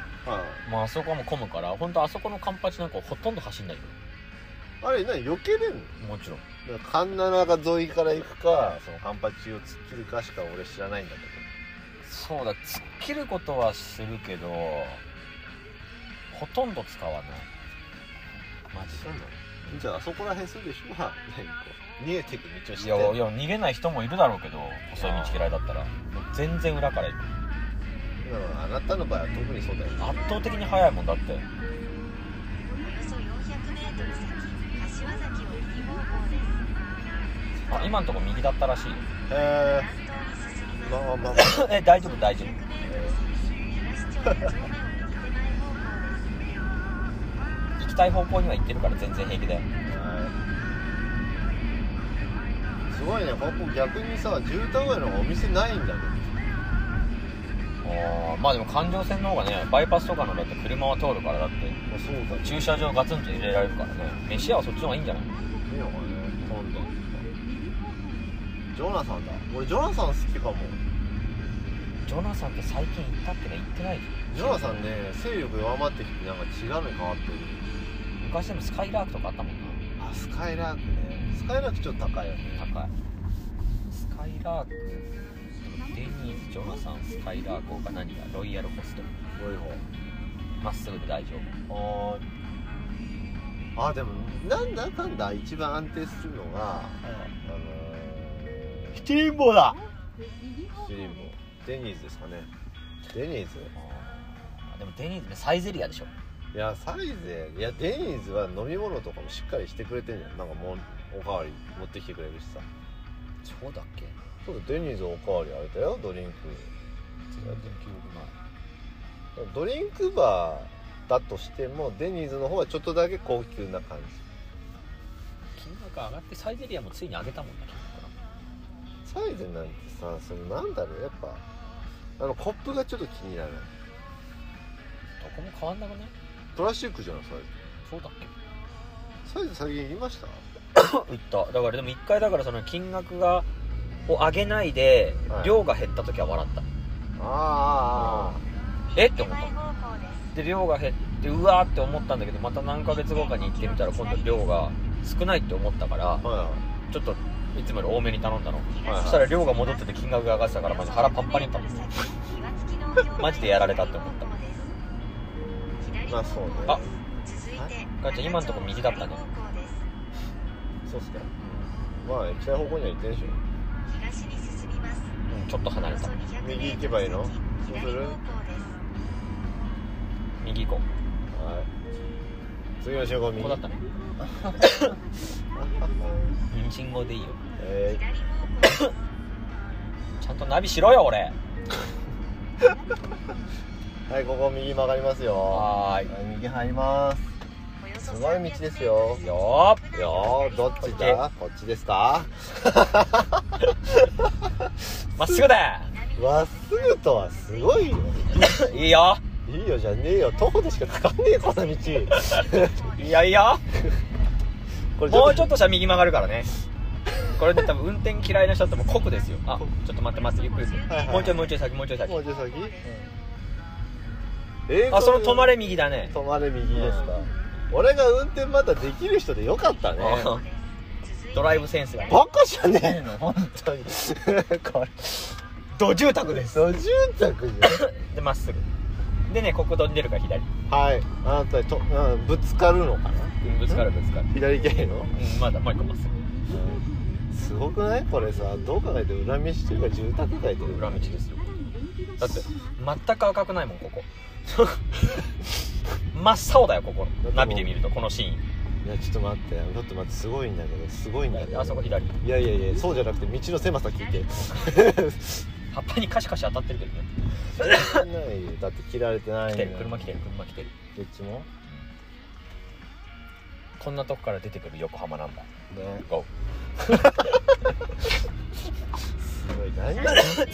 Speaker 1: い、
Speaker 2: まああそこはもう混むから本当あそこのカンパチなんかほとんど走んないよ
Speaker 1: あれ何避けれんの
Speaker 2: もちろん
Speaker 1: だから環七が沿いから行くかそのカンパチを突っ切るかしか俺知らないんだけ
Speaker 2: そうだ突っ切ることはするけどほとんど使わないマジで
Speaker 1: どじゃああそこら辺住んでる人は 何か逃げていく道を知っ
Speaker 2: い
Speaker 1: て
Speaker 2: や
Speaker 1: る
Speaker 2: いや逃げない人もいるだろうけど細い道嫌いだったら全然裏から行く
Speaker 1: だからあなたの場合は特にそうだよね
Speaker 2: 圧倒的に速いもんだって
Speaker 7: およそ400メートル先柏崎を右方向です
Speaker 2: あ今んとこ右だったらしいよ
Speaker 1: へ
Speaker 7: 南東に進み
Speaker 1: え
Speaker 7: ます
Speaker 1: まあまあ
Speaker 2: え大丈夫大丈夫
Speaker 7: 100メートル先東町の正面を
Speaker 2: 行
Speaker 7: 右手前方向です
Speaker 2: きたい方向には行ってるから全然平気だよ
Speaker 1: はいすごいねここ逆にさ住宅街の方がお店ないんだけど
Speaker 2: あーまあでも環状線の方がねバイパスとかのだって車は通るからだって
Speaker 1: まあそうだ
Speaker 2: 駐車場ガツンと入れられるからね飯屋はそっちの方がいいんじゃない
Speaker 1: いいのかね混んでるジョナサンだ俺ジョナサン好きかも
Speaker 2: ジョナサンって最近行ったっけね行ってない
Speaker 1: ジョナサンね勢力弱まってきてなんか違うのに変わってる
Speaker 2: 昔でもスカイラークとかあったもんな
Speaker 1: あスカイラークねスカイラークちょっと高いよね
Speaker 2: 高いスカイラークデニーズジョナサンスカイラーク他何がロイヤルホスト
Speaker 1: ロイホ
Speaker 2: まっすぐで大丈
Speaker 1: はーいあでもなんだかんだ一番安定するのがあのー、七輪棒だ七輪棒デニーズですかねデニーズ
Speaker 2: 夫あーでもデニーズねサイゼリアでしょ
Speaker 1: いやサイゼいやデニーズは飲み物とかもしっかりしてくれてんじゃんなんかもうおかわり持ってきてくれるしさ
Speaker 2: そうだっけ
Speaker 1: そうだデニーズおかわりあれだよドリンク
Speaker 2: 全然記憶ない
Speaker 1: ドリンクバーだとしてもデニーズの方はちょっとだけ高級な感じ
Speaker 2: 金額上がってサイゼリアもついに上げたもんな金額な
Speaker 1: サイゼなんてさそのなんだろうやっぱあのコップがちょっと気にならない
Speaker 2: どこも変わんなくない
Speaker 1: プラスチックじゃない
Speaker 2: そうだっ
Speaker 1: サイズサイズ最近言いました
Speaker 2: け行っただからでも一回だからその金額がを上げないで
Speaker 1: はい
Speaker 2: 量が減った時は笑った、
Speaker 1: あ
Speaker 2: えって思った
Speaker 7: 前方向です
Speaker 2: で量が減ってうわーって思ったんだけどまた何ヶ月後かに行ってみたら今度量が少ないって思ったから
Speaker 1: あは
Speaker 2: ちょっといつもより多めに頼んだの
Speaker 1: いはい
Speaker 2: そしたら量が戻ってて金額が上がってたからマジ腹パンパンになったもんマジでやられたって思った
Speaker 1: まあそうね
Speaker 2: あ
Speaker 7: 続いて
Speaker 2: 母ちゃん今んとこ右だったね
Speaker 1: いそうっすかまあ行きたい方向には行ってんでしょ
Speaker 7: 東に進みます
Speaker 2: うんちょっと離れた
Speaker 1: 右行けばいいの
Speaker 7: 左方向です
Speaker 2: 右行こう
Speaker 1: はい次の信号
Speaker 2: こ
Speaker 1: 右
Speaker 2: こだったねうん信号でいいよ
Speaker 1: え
Speaker 7: 左方向です
Speaker 2: ちゃんとナビしろよ俺
Speaker 1: ー、はいここ右曲がりますよ
Speaker 2: はーい
Speaker 1: はい右入ります
Speaker 7: およそ
Speaker 1: すごい道ですよ
Speaker 7: 300
Speaker 2: よー
Speaker 1: いやーどっちだこっちですか
Speaker 2: まっすぐだ
Speaker 1: まっすぐとはすごいよ
Speaker 2: いいよ
Speaker 1: いいよじゃねえよ徒歩でしか使わねえよこ の道
Speaker 2: いやいや
Speaker 1: これ
Speaker 2: もうちょっとしたら右曲がる からねこれで多分運転嫌いな人ってもう酷ですよあちょっと待って待ってゆっくりゆっく
Speaker 1: はいはい
Speaker 2: りもうちょいもうちょい先もうちょい先
Speaker 1: もうちょい先、えー
Speaker 2: あその止まれ右だね
Speaker 1: 止まれ右ですか、俺が運転またできる人でよかったね
Speaker 2: あドライブセンスがね
Speaker 1: バカじゃねえの本当に これ
Speaker 2: ド住宅です
Speaker 1: そう住宅じ
Speaker 2: でまっすぐでね国道に出るから左
Speaker 1: ゃんはいあなたにと、うん、ぶつかるのかな
Speaker 2: ぶつかるぶつかる
Speaker 1: 左行けへんの
Speaker 2: うんまだもう一個まっすぐ
Speaker 1: すごくないこれさどう考えても裏道というか住宅街という
Speaker 2: 裏
Speaker 1: か
Speaker 2: 道ですよだって全く赤くないもんこ こ真っ青だよここナビで見るとこのシーン
Speaker 1: いやちょっと待ってちょっと待ってすごいんだけどすごいんだけど
Speaker 2: あそこ左
Speaker 1: いやいやいやそうじゃなくて道の狭さ聞い て
Speaker 2: 葉っぱにカシカシ当たってるけどね
Speaker 1: ないよだって切られてない
Speaker 2: 来
Speaker 1: ん
Speaker 2: て
Speaker 1: だ
Speaker 2: る
Speaker 1: よ
Speaker 2: 車来てる車来てる
Speaker 1: どっちも
Speaker 2: こんなとこから出てくる横浜ナンバー
Speaker 1: ね
Speaker 2: GO ず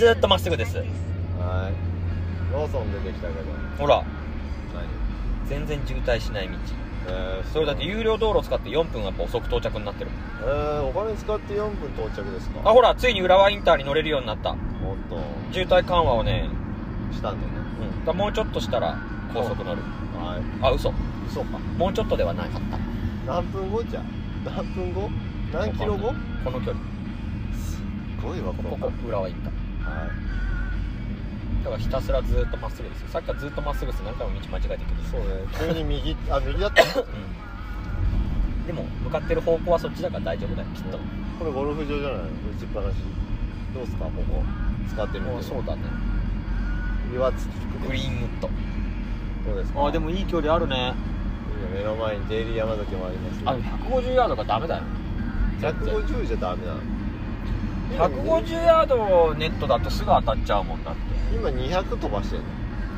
Speaker 2: ーっとまっすぐです
Speaker 1: はいローソン出てきたけど
Speaker 2: ほら
Speaker 1: 何
Speaker 2: 全然渋滞しない道
Speaker 1: えー
Speaker 2: それだって有料道路使って4分やっぱ遅く到着になってる
Speaker 1: えー、お金使って4分到着です
Speaker 2: あ
Speaker 1: か
Speaker 2: ほらついに浦和インターに乗れるようになった
Speaker 1: おっと
Speaker 2: 渋滞緩和をね、
Speaker 1: したんだね
Speaker 2: うん、だからもうちょっとしたら高速乗る
Speaker 1: はい
Speaker 2: あ嘘
Speaker 1: 嘘か
Speaker 2: もうちょっとではないかった
Speaker 1: 何分後じゃ何分後何キロ後
Speaker 2: この距離
Speaker 1: すっごいわこの
Speaker 2: ここ浦和インター
Speaker 1: はい
Speaker 2: だからひたすらずーっとまっすぐですよさっきからずーっとまっすぐです何回も道間違えてるけど
Speaker 1: そうね急に右あ右だった
Speaker 2: うんでも向かってる方向はそっちだから大丈夫だよきっと
Speaker 1: これゴルフ場じゃない打ちっぱなしどうすかここ使ってみ
Speaker 2: もう
Speaker 1: て
Speaker 2: そうだね
Speaker 1: 岩槻
Speaker 2: グリーンウッド
Speaker 1: どうですか
Speaker 9: あでもいい距離あるね
Speaker 1: 目の前にデイリー山崎もあります
Speaker 2: あ150ヤードがダメだよ
Speaker 1: 150じゃダメなの
Speaker 2: 150ヤードネットだとすぐ当たっちゃうもんだって
Speaker 1: 今200飛ばしてる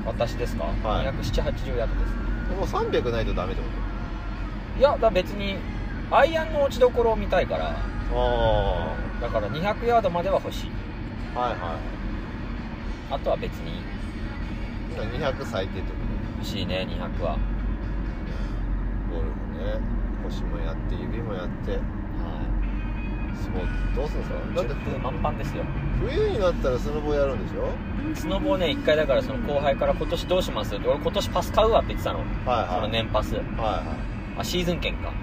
Speaker 2: 私ですか、
Speaker 1: はい
Speaker 2: 270ヤードです
Speaker 1: のもう300ないとダメってこ
Speaker 2: いやだから別にアイアンの落ちどころを見たいから
Speaker 1: とあ
Speaker 2: だから200ヤードまでは欲しい
Speaker 1: あはいは
Speaker 2: あとは別に
Speaker 1: い今200最低ってこ
Speaker 2: 欲しいね200は
Speaker 1: とゴルフね腰もやって指もやって
Speaker 2: は
Speaker 1: スポーツどうするん
Speaker 2: い
Speaker 1: ですかだって
Speaker 2: 順風満帆ですよ
Speaker 1: 冬になったらスノボやるんでしょ
Speaker 2: スノボね一回だからその後輩から今年どうしますって俺今年パス買うわって言ってたの
Speaker 1: はい
Speaker 2: そ
Speaker 1: は
Speaker 2: の
Speaker 1: い、
Speaker 2: 年パス
Speaker 1: はいはい
Speaker 2: あシーズン券か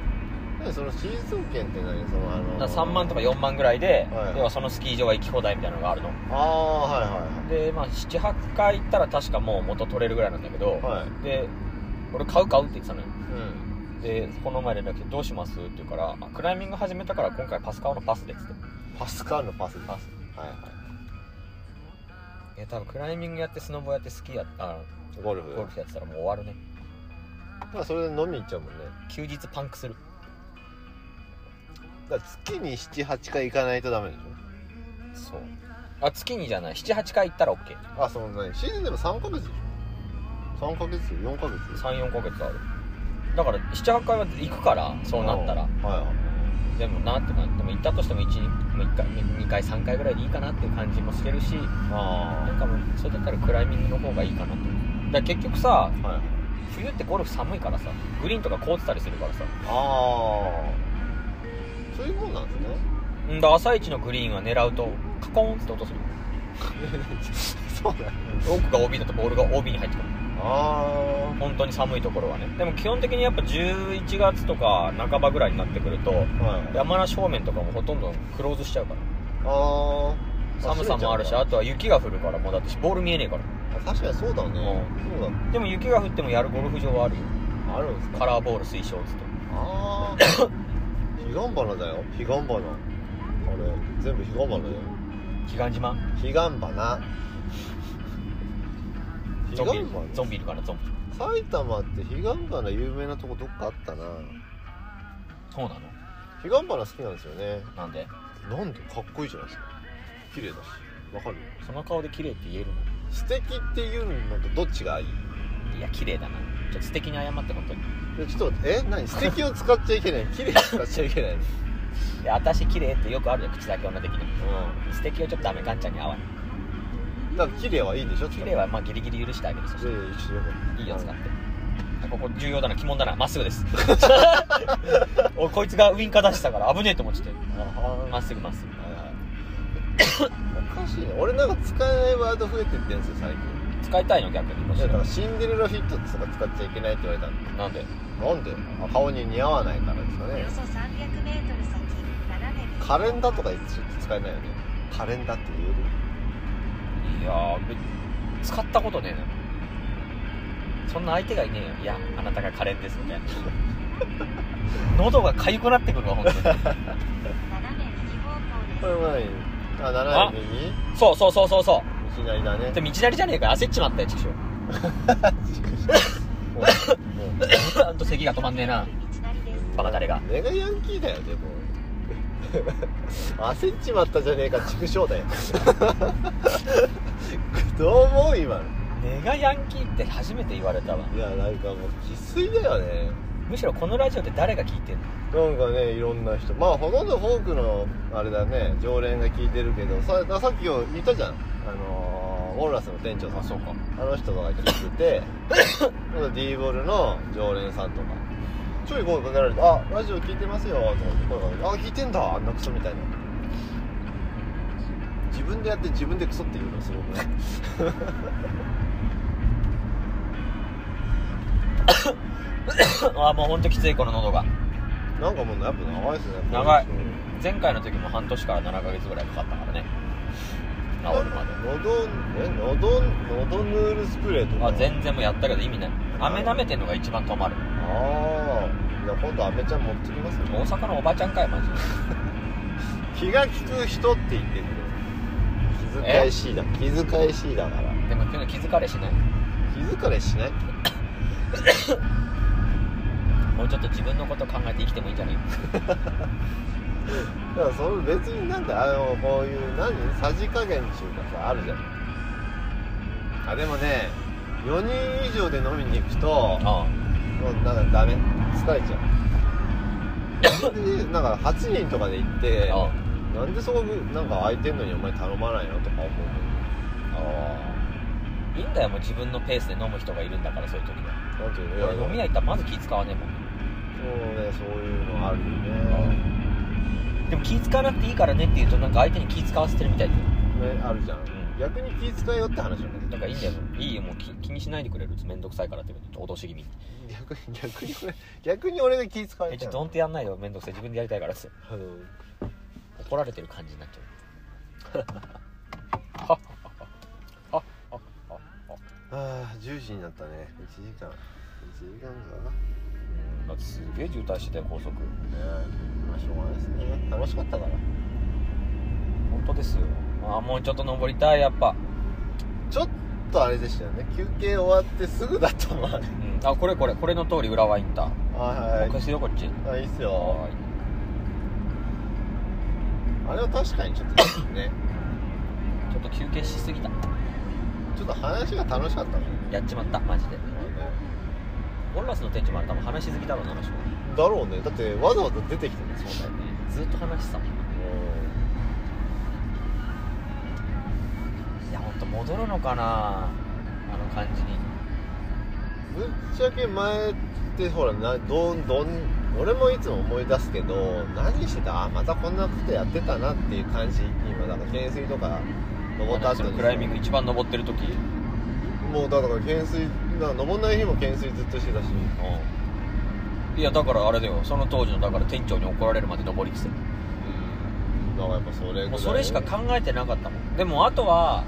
Speaker 1: 何そのシーズン券って何そのあの
Speaker 2: だから3万とか4万ぐらいで、
Speaker 1: はい
Speaker 2: 要はそのスキー場が行き放題みたいなのがあるの
Speaker 1: ああ
Speaker 2: でまあ78回行ったら確かもう元取れるぐらいなんだけど、
Speaker 1: はいはいはいはい
Speaker 2: で俺買う買うって言ってたのよ
Speaker 1: うん
Speaker 2: でこの前連絡来て「どうします?」って言うからあ「クライミング始めたから今回パス買うのパスで」っつって
Speaker 1: パスカーのパス
Speaker 2: パス
Speaker 1: はいは
Speaker 2: え多分クライミングやってスノボやってスキーやあ
Speaker 1: いゴルフ
Speaker 2: ゴルフやってたらもう終わるね
Speaker 1: まあそれで飲み行っちゃうもんね
Speaker 2: 休日パンクする
Speaker 1: だから月に78回行かないとダメでし
Speaker 2: そうあ月にじゃない78回行ったら OK34
Speaker 1: ょあそんなにシーズンでも3ヶ月でしょ3ヶ月4ヶ月
Speaker 2: ヶ月あるだから78回は行くからそうなったら
Speaker 1: ああはいはい
Speaker 2: でもなってなっても行ったとしても 1, 1回2回3回ぐらいでいいかなっていう感じもしてるしなん
Speaker 1: あ
Speaker 2: かもうそれだったらクライミングの方がいいかなと思うだから結局さ
Speaker 1: あはいはい
Speaker 2: 冬ってゴルフ寒いからさグリーンとか凍ってたりするからさ
Speaker 1: ああそういうもん なんですね
Speaker 2: うんだ朝一のグリーンは狙うとカコーンって音する
Speaker 1: そうだよ
Speaker 2: 奥が OB だとボールが OB に入ってくる
Speaker 1: あ
Speaker 2: 本当に寒いところはねでも基本的にやっぱ11月とか半ばぐらいになってくると
Speaker 1: あはい
Speaker 2: 山梨方面とかもほとんどクローズしちゃうか
Speaker 1: あ
Speaker 2: ら
Speaker 1: あ
Speaker 2: 寒さもあるしあとは雪が降るからもうだってボール見えねえから
Speaker 1: 確かにそうだねそうだ
Speaker 2: でも雪が降ってもやるゴルフ場はあるよ
Speaker 1: あるんですか
Speaker 2: カラーボール推奨っつって
Speaker 1: ああ彼岸花だよ彼岸花あれ全部彼岸花だよ
Speaker 2: 彼岸島
Speaker 1: 彼岸花彼岸
Speaker 2: ゾンビいる
Speaker 1: 花
Speaker 2: ゾンビいるからゾンビ
Speaker 1: 埼玉って彼岸花有名なとこどっかあったな
Speaker 2: そうなの
Speaker 1: 彼岸花好きなんですよね
Speaker 2: なんで
Speaker 1: なんでかっこいいじゃないですか綺麗だしわかる
Speaker 2: その顔で綺麗って言える
Speaker 1: 素敵っていうのとどっちがいい
Speaker 2: のいや綺麗だなちょっと素敵に謝って 本当に
Speaker 1: でちょっと待ってえ何素敵を使っちゃいけない綺麗使っちゃいけない
Speaker 2: いや私綺麗ってよくあるよ口だけ女的に
Speaker 1: う
Speaker 2: 素敵をちょっとダメガンちゃんに合わない
Speaker 1: んだから綺麗はいいんでしょ
Speaker 2: 綺麗はまあギリギリ許してあげるそし
Speaker 1: いやいや一緒よ
Speaker 2: ていいやつ使ってあここ重要だな鬼門だなまっすぐです 俺こいつがウインカー出してたから危ねえと思っちゃって
Speaker 1: あ
Speaker 2: まっすぐまっすぐ
Speaker 1: はいはいおかしいね俺なんか使えないワード増えてってんすよ最近
Speaker 2: 使いたいの逆にむ
Speaker 1: い
Speaker 2: し
Speaker 1: やだか
Speaker 2: ろ
Speaker 1: らシンデレラフィットとか使っちゃいけないって言われたんで
Speaker 2: なんで
Speaker 1: なんであ顔に似合わないからですか
Speaker 7: お
Speaker 1: ね
Speaker 7: よそ 300m 先斜め右
Speaker 1: カレンダーとかちょっと使えないよねカレンダーって言える
Speaker 2: いやーべ使ったことねえなそんな相手がいねえよいやあなたが可憐ですみたいな 喉が痒くなってくるわ本当に
Speaker 7: 斜め右方向です
Speaker 1: これは何あ斜め右
Speaker 2: そうそうそうそうそ
Speaker 1: 右左だね
Speaker 2: うで道なりじゃねえから焦っちまったよ畜生
Speaker 1: もうもう
Speaker 2: ほんと咳が止まんねえな
Speaker 7: 道なりです
Speaker 2: バカ誰が
Speaker 1: メガヤンキーだよねもう 焦っちまったじゃねえか畜生だよどう思う今の
Speaker 2: ネガヤンキーって初めて言われたわ
Speaker 1: いやなんかもう生粋だよね
Speaker 2: むしろこのラジオって誰が聞いてんの
Speaker 1: なんかねいろんな人まあほとんどフォークのあれだね常連が聞いてるけどささっき言ったじゃんあのーオーラスの店長さん
Speaker 2: うか
Speaker 1: あの人が聞いててあと D ボールの常連さんとかちょい声かけられて「あラジオ聞いてますよ」とか声かけて「あ聞いてんだあんなクソ」みたいな自分でやって自分でクソって言うのすご くね
Speaker 2: ああもうほんときついこの喉が
Speaker 1: なんかもうやっぱ長いですね
Speaker 2: 長い前回の時も半年から7ヶ月ぐらいかかったからね治るまで
Speaker 1: 喉え喉喉ヌールスプレーとか
Speaker 2: あ全然もうやったけど意味ない飴舐めてんのが一番止まる
Speaker 1: ああいや今度アメちゃん持ってきます
Speaker 2: 大
Speaker 1: よ
Speaker 2: 阪のおばちゃんかいマジで
Speaker 1: 気が利く人って言ってるけど気遣いしいだ気遣いしいだから
Speaker 2: でも今日気づかれしない
Speaker 1: 気疲れしない
Speaker 2: もうちょっと自分のこと考えて生きてもいいんじゃない
Speaker 1: だからそれ別になんだあのこういう何さじ加減っていうかさあるじゃんあでもね4人以上で飲みに行くとも
Speaker 2: あ
Speaker 1: うなんかダメ疲れちゃうでなんか8人とかで行って
Speaker 2: ああ
Speaker 1: なんでそこなんか空いてんのにお前頼まないのとか思う
Speaker 2: あいいんだよもう自分のペースで飲む人がいるんだからそういう時は
Speaker 1: なんていうのいや
Speaker 2: 俺飲み屋行ったらまず気使わねえもん
Speaker 1: そうねそういうのあるよね
Speaker 2: でも気使わなくていいからねって言うとなんか相手に気使わせてるみたいで
Speaker 1: ねあるじゃん、逆に気遣いよって話なんだけど
Speaker 2: なんかいいんだよいいよもう気気にしないでくれるめんどくさいからって脅し気味に
Speaker 1: 逆に逆に俺逆に俺が気遣わ
Speaker 2: え
Speaker 1: れ
Speaker 2: ち
Speaker 1: ち
Speaker 2: ょ
Speaker 1: ゃ
Speaker 2: っとド
Speaker 1: う
Speaker 2: ンってやんないよめんどくさい自分でやりたいからっつって
Speaker 1: あの
Speaker 2: 怒られてる感じになっちゃう
Speaker 1: ああ10時になったね1時間1時間か
Speaker 2: うんだってすげえ渋滞してたよ高速
Speaker 1: ねえまあしょうがないですね楽しかったから
Speaker 2: 本当ですよあーもうちょっと登りたいやっぱ、
Speaker 1: ちょっとあれでしたよね休憩終わってすぐだったもんあれ
Speaker 2: うん、あこれこれこれの通り浦和インター
Speaker 1: はい
Speaker 2: 僕ですよこっち
Speaker 1: はいあいいっすよ
Speaker 2: は
Speaker 1: あれは確かにちょっとね
Speaker 2: ーいちょっと休憩しすぎた
Speaker 1: ちょっと話が楽しかったもんね
Speaker 2: やっちまったマジでオンラスの店長もあれ多分話し好きだろうなあの人
Speaker 1: だろうねだってわざわざ出てきてるんですもんね
Speaker 2: ずっと話してたもんいや本当戻るのかなあの感じに
Speaker 1: ぶっちゃけ前ってほらなどんどん俺もいつも思い出すけど何してたあまたこんなことやってたなっていう感じ今なんか懸垂とか登った後に
Speaker 2: クライミング一番登ってる時
Speaker 1: もうだから懸垂なんか登んない日も懸垂ずっとしてたし
Speaker 2: いやだからあれだよその当時のだから店長に怒られるまで登りきて
Speaker 1: うんだからやっぱそれぐらい
Speaker 2: もうそれしか考えてなかったもんでもあとは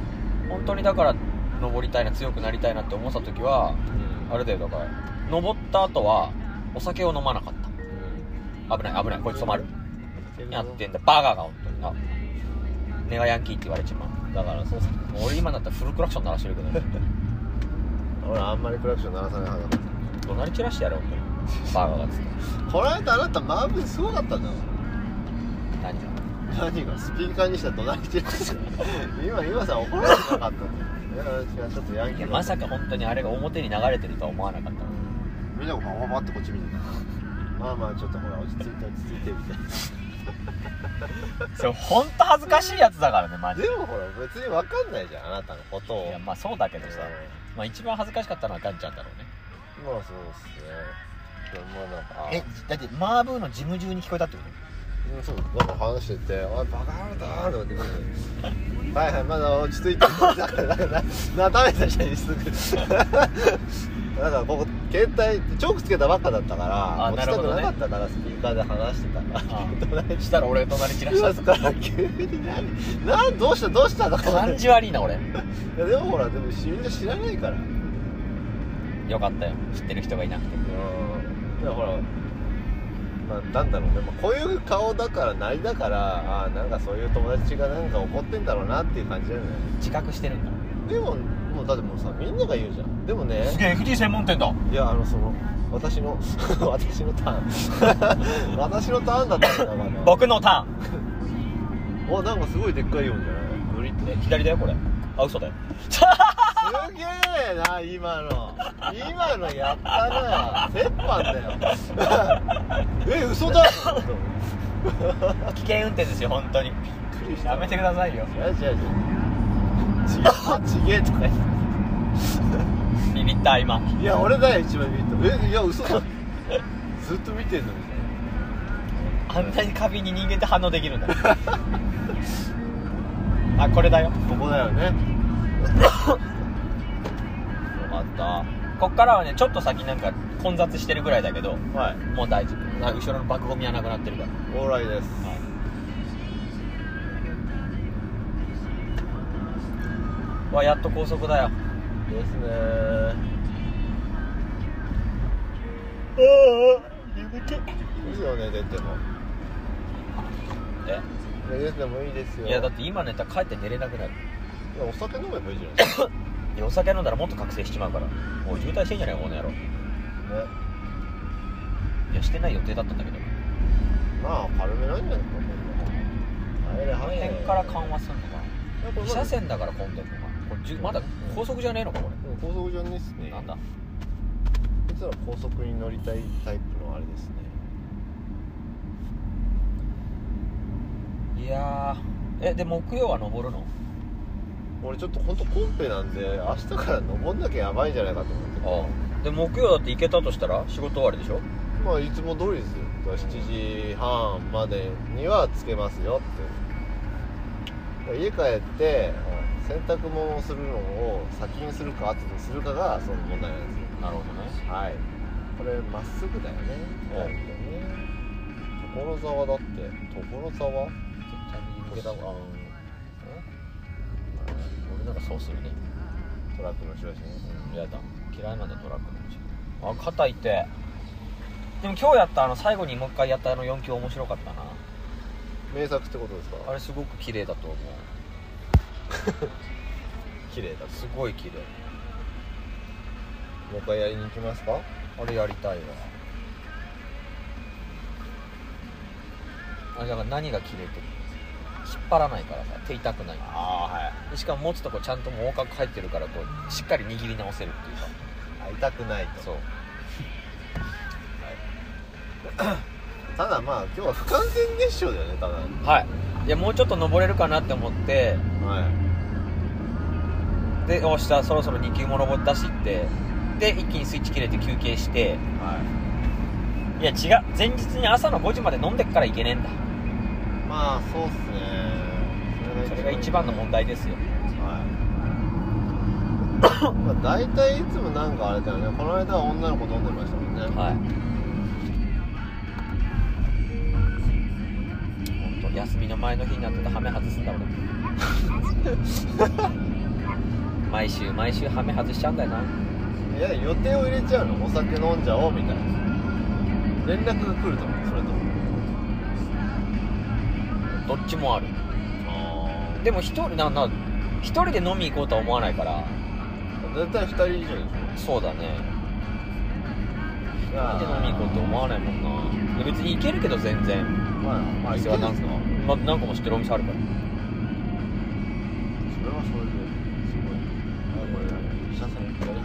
Speaker 2: 本当にだから登りたいな強くなりたいなって思ってた時は
Speaker 1: うん
Speaker 2: あれだよだから登った後はお酒を飲まなかった危ない危ないこいつ止まるやってんだバカが本当にあネガヤンキーって言われちまうだからそうっすもう俺今だったらフルクラクション鳴らしてるけど、ね、
Speaker 1: ほらあんまりクラクション鳴らさない派だか
Speaker 2: 怒鳴り散らしてやろう本当にバカがつって
Speaker 1: らこの間あなたマーブすごかったんだから
Speaker 2: 何が
Speaker 1: 何がスピーカーにしたら怒鳴り散らしてる今今さ怒られてなかったんだよいや違うちょっとヤン
Speaker 2: い
Speaker 1: キ
Speaker 2: や
Speaker 1: ー
Speaker 2: まさか本当にあれが表に流れてるとは思わなかったも
Speaker 1: みんながパパパってこっち見てたまあまあちょっとほら落ち着いて落ち着いてみたい
Speaker 2: んそれ本当恥ずかしいやつだからねマ
Speaker 1: な
Speaker 2: ジ で
Speaker 1: でもほら別に分かんないじゃんあなたのことを
Speaker 2: いやまあそうだけどさ、まあ、一番恥ずかしかったのはガンちゃんだろうね
Speaker 1: うんまあそうっすねでもまあなんか
Speaker 2: えだってマーブーのジム中に聞こえたってこと
Speaker 1: うんそうなんか話してて「おいバカ野郎だ!」とかって「はいはいまだ落ち着いて」だからなんかななめた人にすぐなんかここ携帯チョークつけたばっかだったから
Speaker 2: あ
Speaker 1: 落ちたくなか
Speaker 2: なるほどね
Speaker 1: ったからスピーカーで話してたから
Speaker 2: ああしたら俺隣散らした
Speaker 1: 今から急に何何どうしたどうしたとか
Speaker 2: 感じ悪いな俺
Speaker 1: いやでもほらでもみんな知らないから
Speaker 2: よかったよ知ってる人がいなくて
Speaker 1: だからほら、まあ、なんだろうね、まあ、こういう顔だからなりだからあーなんかそういう友達がなんか怒ってんだろうなっていう感じだよね
Speaker 2: 自覚してるんだ
Speaker 1: でももうだってもうさみんなが言うじゃんでも ね
Speaker 2: げえ FD 専門店だ
Speaker 1: いやあのその私の 私のター ン私のターンだったんだから
Speaker 2: 僕のタ
Speaker 1: おなんかすごいでっかいようじゃないブリッ
Speaker 2: ーンえ左だよこれあ嘘だよ
Speaker 1: すげえな今の今のやったな折半だよ え嘘だ
Speaker 2: 危険運転ですよ本当にやめてくださいよ
Speaker 1: 違う違う違う違うちげえとか言っ
Speaker 2: ビビった今
Speaker 1: ていや俺だよ一番ビビったえいや嘘だずっと見てんのみたいな
Speaker 2: あんなに過敏に人間って反応できるん だあこれだよ
Speaker 1: ここだよね
Speaker 2: よかったこっからはねちょっと先なんか混雑してるぐらいだけど
Speaker 1: はい
Speaker 2: もう大丈夫あ後ろの爆ゴミはなくなってるから
Speaker 1: オーライです
Speaker 2: わやっと高速だよ
Speaker 1: ですねいいよね出ても
Speaker 2: え
Speaker 1: 寝ててもいいですよ
Speaker 2: いやだって今寝たら帰って寝れなくなる
Speaker 1: いやお酒飲めばいいじゃないですかね
Speaker 2: いやお酒飲んだらもっと覚醒しちまうからもう渋滞してんじゃないかこの野郎いやしてない予定だったんだけど
Speaker 1: まあ軽めなんじゃないですかこんなのあれ
Speaker 2: この辺から緩和すんのかな2車線だから混んでるのかなこれじゅまだ高速じゃねえのかこ
Speaker 1: でも高速じゃないっす
Speaker 2: れ
Speaker 1: ね
Speaker 2: なんだ
Speaker 1: いつら高速に乗りたいタイプのあれですね
Speaker 2: いやーえで木曜は登るの
Speaker 1: 俺ちょっと本当コンペなんで明日から登んなきゃやばいんじゃないかと思って
Speaker 2: ああで木曜だって行けたとしたら仕事終わりでしょ
Speaker 1: まあいつも通りですよだから7時半までにはつけますよって家帰って洗濯物をするのを先にするか後にするかがその問題なんですよ
Speaker 2: なるほどね
Speaker 1: はいこれまっすぐだよね
Speaker 2: はい
Speaker 1: ね所沢だって所沢
Speaker 2: 絶対に
Speaker 1: これだわ
Speaker 2: 俺なんかそうするね
Speaker 1: トラックの人だしね
Speaker 2: うんやだ嫌いなんだトラックの道あ肩痛いでも今日やったあの最後にもう一回やったあの4強面白かったな
Speaker 1: 名作ってことですか
Speaker 2: あれすごく綺麗だと思う
Speaker 1: 綺麗だと
Speaker 2: すごい綺麗
Speaker 1: もう一回やりに行きますか
Speaker 2: あれやりたいわあれだから何が綺麗って引っ張らないからさ手痛くない
Speaker 1: あ
Speaker 2: でしかも持つとこちゃんともう角入ってるからこうしっかり握り直せるっていうか
Speaker 1: あはい痛くないと
Speaker 2: そう
Speaker 1: ただまあ今日は不完全熱唱だよねただは
Speaker 2: はいいやもうちょっと登れるかなって思って
Speaker 1: い
Speaker 2: でおっしゃそろそろ2級も登ったしってで一気にスイッチ切れて休憩して
Speaker 1: はい
Speaker 2: や違う前日に朝の5時まで飲んでっからいけねえんだ
Speaker 1: いまあそうっすね
Speaker 2: それが一番の問題ですよ
Speaker 1: はいまあ大体いつもなんかあれだよねこの間は女の子飲んでましたもんね
Speaker 2: はい本当休みの前の日になってたハメ外すんだ俺 毎週毎週ハメ外しちゃうんだよない
Speaker 1: や予定を入れちゃうのお酒飲んじゃおうみたいな連絡が来ると思うそれと
Speaker 2: どっちもある
Speaker 1: あ
Speaker 2: でも一人なんな一人で飲み行こうとは思わないから
Speaker 1: あ絶対2人以上でし
Speaker 2: そうだね
Speaker 1: ょい
Speaker 2: なんで飲み行こうって思わないもんないや別に行けるけど全然
Speaker 1: まあまあいけ
Speaker 2: 店
Speaker 1: る
Speaker 2: は
Speaker 1: ん
Speaker 2: 何
Speaker 1: です
Speaker 2: か
Speaker 1: か
Speaker 2: ま何個も知ってるお店あるから
Speaker 1: それはそれですごいあこれ車線左入ったから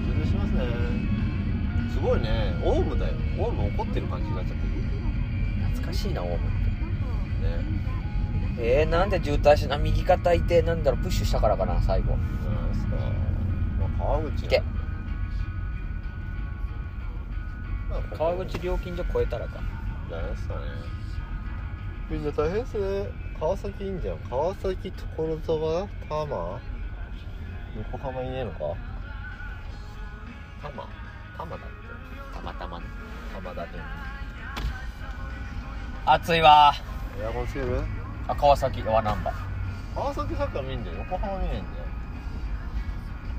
Speaker 1: 充電しますねすごいねオウムだよオウム怒ってる感じになっちゃってる
Speaker 2: 懐かしいなオウム
Speaker 1: ね
Speaker 2: えー、なんで渋滞しな右肩いてなんだろうプッシュしたからかな最後
Speaker 1: じゃないですか、まあ、川口
Speaker 2: 行け
Speaker 1: まあここ
Speaker 2: 川口料金所超えたらか
Speaker 1: じゃないですかねみんな大変ですね川崎いいんじゃん川崎所沢多摩横浜いねえのか多摩多摩だって
Speaker 2: たまたまね
Speaker 1: 多摩だって
Speaker 2: 暑いわ
Speaker 1: エアコンつける
Speaker 2: あ川崎は難波
Speaker 1: 川崎サッカー見んだよ横浜見ねえんだよ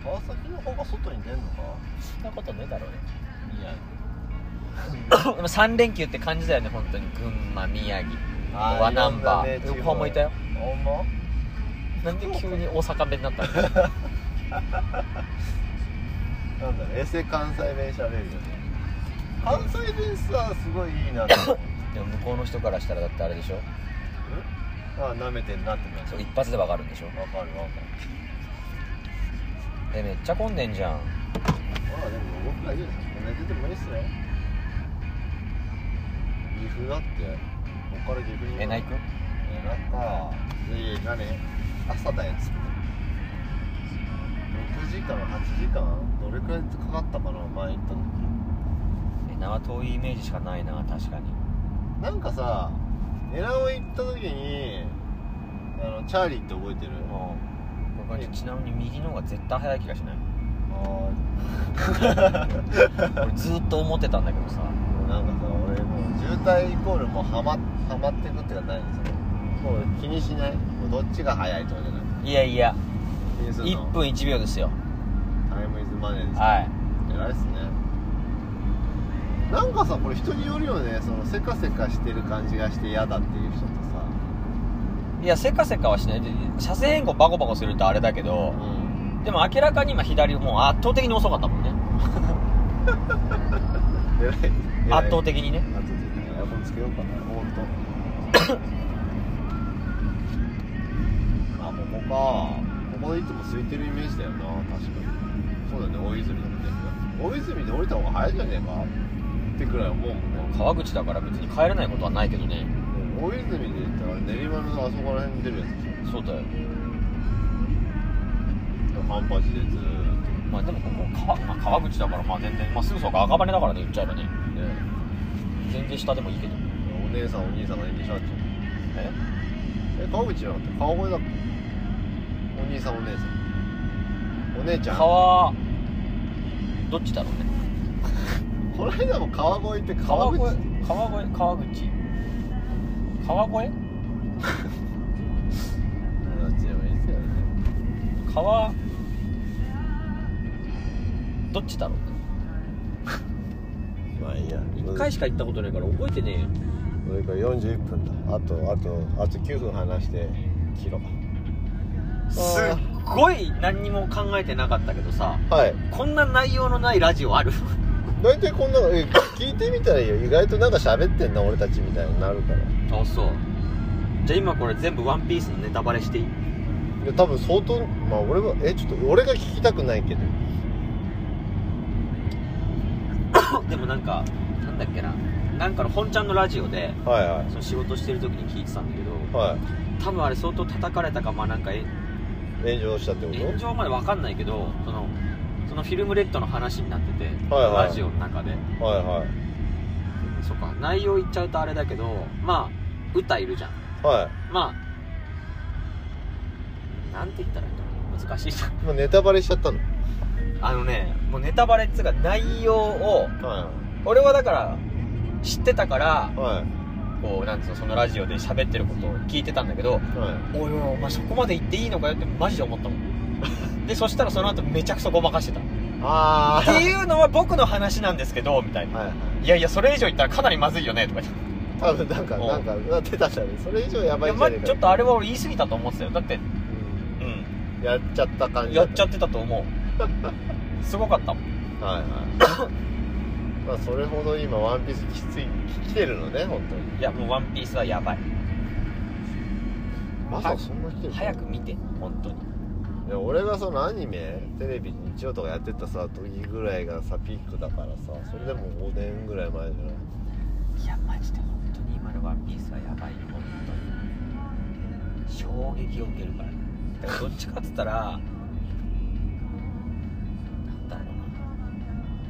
Speaker 1: 川崎の方が外に出んのか
Speaker 2: そんなことねえだろうね
Speaker 1: いや
Speaker 2: でも3連休って感じだよね本当に群馬宮城
Speaker 1: あー
Speaker 2: 和難波、
Speaker 1: いろんなね地方
Speaker 2: 横浜いたよ
Speaker 1: ほんま
Speaker 2: なんで急に大阪弁にな ったの
Speaker 1: なんだろうエセ関西弁しゃべるよね関西弁さすごいいいなと思 う
Speaker 2: でも向こうの人からしたらだってあれでしょ
Speaker 1: ああなめてんなってなっちゃ
Speaker 2: そう一発でわかるんでしょ
Speaker 1: うわかるわかる
Speaker 2: えめっちゃ混んでんじゃん
Speaker 1: まあでも僕ら以上に同じでもいいっすよ岐阜だってこっから岐阜に
Speaker 2: えないく
Speaker 1: えなんかいやいやね朝だよ着く6時間8時間どれくらいかかったかな前行った時
Speaker 2: え縄遠いイメージしかないな確かに
Speaker 1: なんかさエラオ行った時にあのチャーリーって覚えてる
Speaker 2: もう僕はちなみに右の方が絶対早い気がし ない
Speaker 1: あ
Speaker 2: 俺ずっと思ってたんだけどさ
Speaker 1: あもうなんかさ俺もう渋滞イコールもうハマハマってくっていうかないんですよもう気にしないもうどっちが早いとかじゃない
Speaker 2: いやいや
Speaker 1: 気にするの
Speaker 2: 1分1秒ですよ
Speaker 1: タイムイズマネーです
Speaker 2: はい
Speaker 1: 偉いっすねなんかさこれ人によるよねそのせかせかしてる感じがして嫌だっていう人とさ
Speaker 2: いやせかせかはしないで車線変更バコバコするとあれだけど
Speaker 1: うん
Speaker 2: でも明らかに今左もう圧倒的に遅かったもんね
Speaker 1: 偉い偉い
Speaker 2: 圧倒的にね
Speaker 1: 圧倒的にエアコンつけようかなほんとあここかここでいつも空いてるイメージだよな確かにそうだね大泉だもんね大泉で降りた方が早いじゃねえかってくらい思うもんね
Speaker 2: 川口だから別に帰れないことはないけどね
Speaker 1: 大泉で言ったら練馬のあそこら辺に出るやつでしょ
Speaker 2: そうだよ
Speaker 1: 半端でずーっと
Speaker 2: まあでもここ川,、まあ、川口だからまあ全然、まあ、すぐそこ赤羽だからね言っちゃえばね
Speaker 1: ね
Speaker 2: 全然下でもいいけど
Speaker 1: お姉さんお兄さんがいるでしょあっちに
Speaker 2: え
Speaker 1: え川口じゃなかった川越だっけお兄さんお姉さんお姉ちゃんこ
Speaker 2: 川どっちだろうね
Speaker 1: の間も川越って川
Speaker 2: 川
Speaker 1: 口
Speaker 2: 越川越川口川越
Speaker 1: どっちでもいいっすよね
Speaker 2: 川どっちだろうね
Speaker 1: まあいいや
Speaker 2: 一回しか行ったことないから覚えてねえよ
Speaker 1: これから41分だあとあとあと9分話して切ろう
Speaker 2: すっごい何にも考えてなかったけどさ
Speaker 1: はい
Speaker 2: こんな内容のないラジオある
Speaker 1: 大体こんなのえ聞いてみたらいいよ意外となんか喋ってんな俺たちみたいになるから
Speaker 2: あそうじゃあ今これ全部「ワンピースのネタバレしていい
Speaker 1: いや多分相当まあ俺はえちょっと俺が聞きたくないけど
Speaker 2: でもなんかなんだっけななんかの本ちゃんのラジオで
Speaker 1: はいは
Speaker 2: その仕事してる時に聞いてたんだけど
Speaker 1: いはい
Speaker 2: 多分あれ相当叩かれたかまあなんかえ
Speaker 1: 炎上したってこと
Speaker 2: 炎上までわかんないけどそのそのフィルムレッドの話になってて、
Speaker 1: はいはい
Speaker 2: ラジオの中で
Speaker 1: はいはい
Speaker 2: そっか内容言っちゃうとあれだけどまあ歌いるじゃん
Speaker 1: は
Speaker 2: まあなんて言ったらいいんだろう難しいじゃん
Speaker 1: い、まあ、ネタバレしちゃったの
Speaker 2: あのねもうネタバレっつうか内容を
Speaker 1: は
Speaker 2: 俺はだから知ってたから
Speaker 1: いは
Speaker 2: こうなんつうのそのラジオで喋ってることを聞いてたんだけど
Speaker 1: いは
Speaker 2: おいおいお前そこまで言っていいのかよってマジで思ったもんでそしたらその後めちゃくそごまかしてた
Speaker 1: いあ
Speaker 2: っていうのは僕の話なんですけどみたい
Speaker 1: あ
Speaker 2: な
Speaker 1: はいはい
Speaker 2: いやいやそれ以上言ったらかなりまずいよねとか言って
Speaker 1: 多分なんか
Speaker 2: うん
Speaker 1: なんかなってたじゃんそれ以上や
Speaker 2: い
Speaker 1: ばい
Speaker 2: や
Speaker 1: んじ
Speaker 2: ま
Speaker 1: ゃ
Speaker 2: あ
Speaker 1: ねえか
Speaker 2: ちょっとあれは俺言い過ぎたと思ってたよだってうん
Speaker 1: うんやっちゃった感じ
Speaker 2: やっちゃ
Speaker 1: っ
Speaker 2: ってたと思うすごかったもん
Speaker 1: たはいはいまあそれほど今ワンピースきついきてるのね本当に
Speaker 2: いやもう「ワンピースはやばい
Speaker 1: まさかそんな来てる
Speaker 2: 早く見て本当に
Speaker 1: いや俺がそのアニメテレビ日曜とかやってたさ時ぐらいがさピークだからさそれでも5年ぐらい前じゃない
Speaker 2: いやマジで本当に今の「ワンピースはやばいよ本当に衝撃を受けるからねだからどっちかっつったらなんだろうな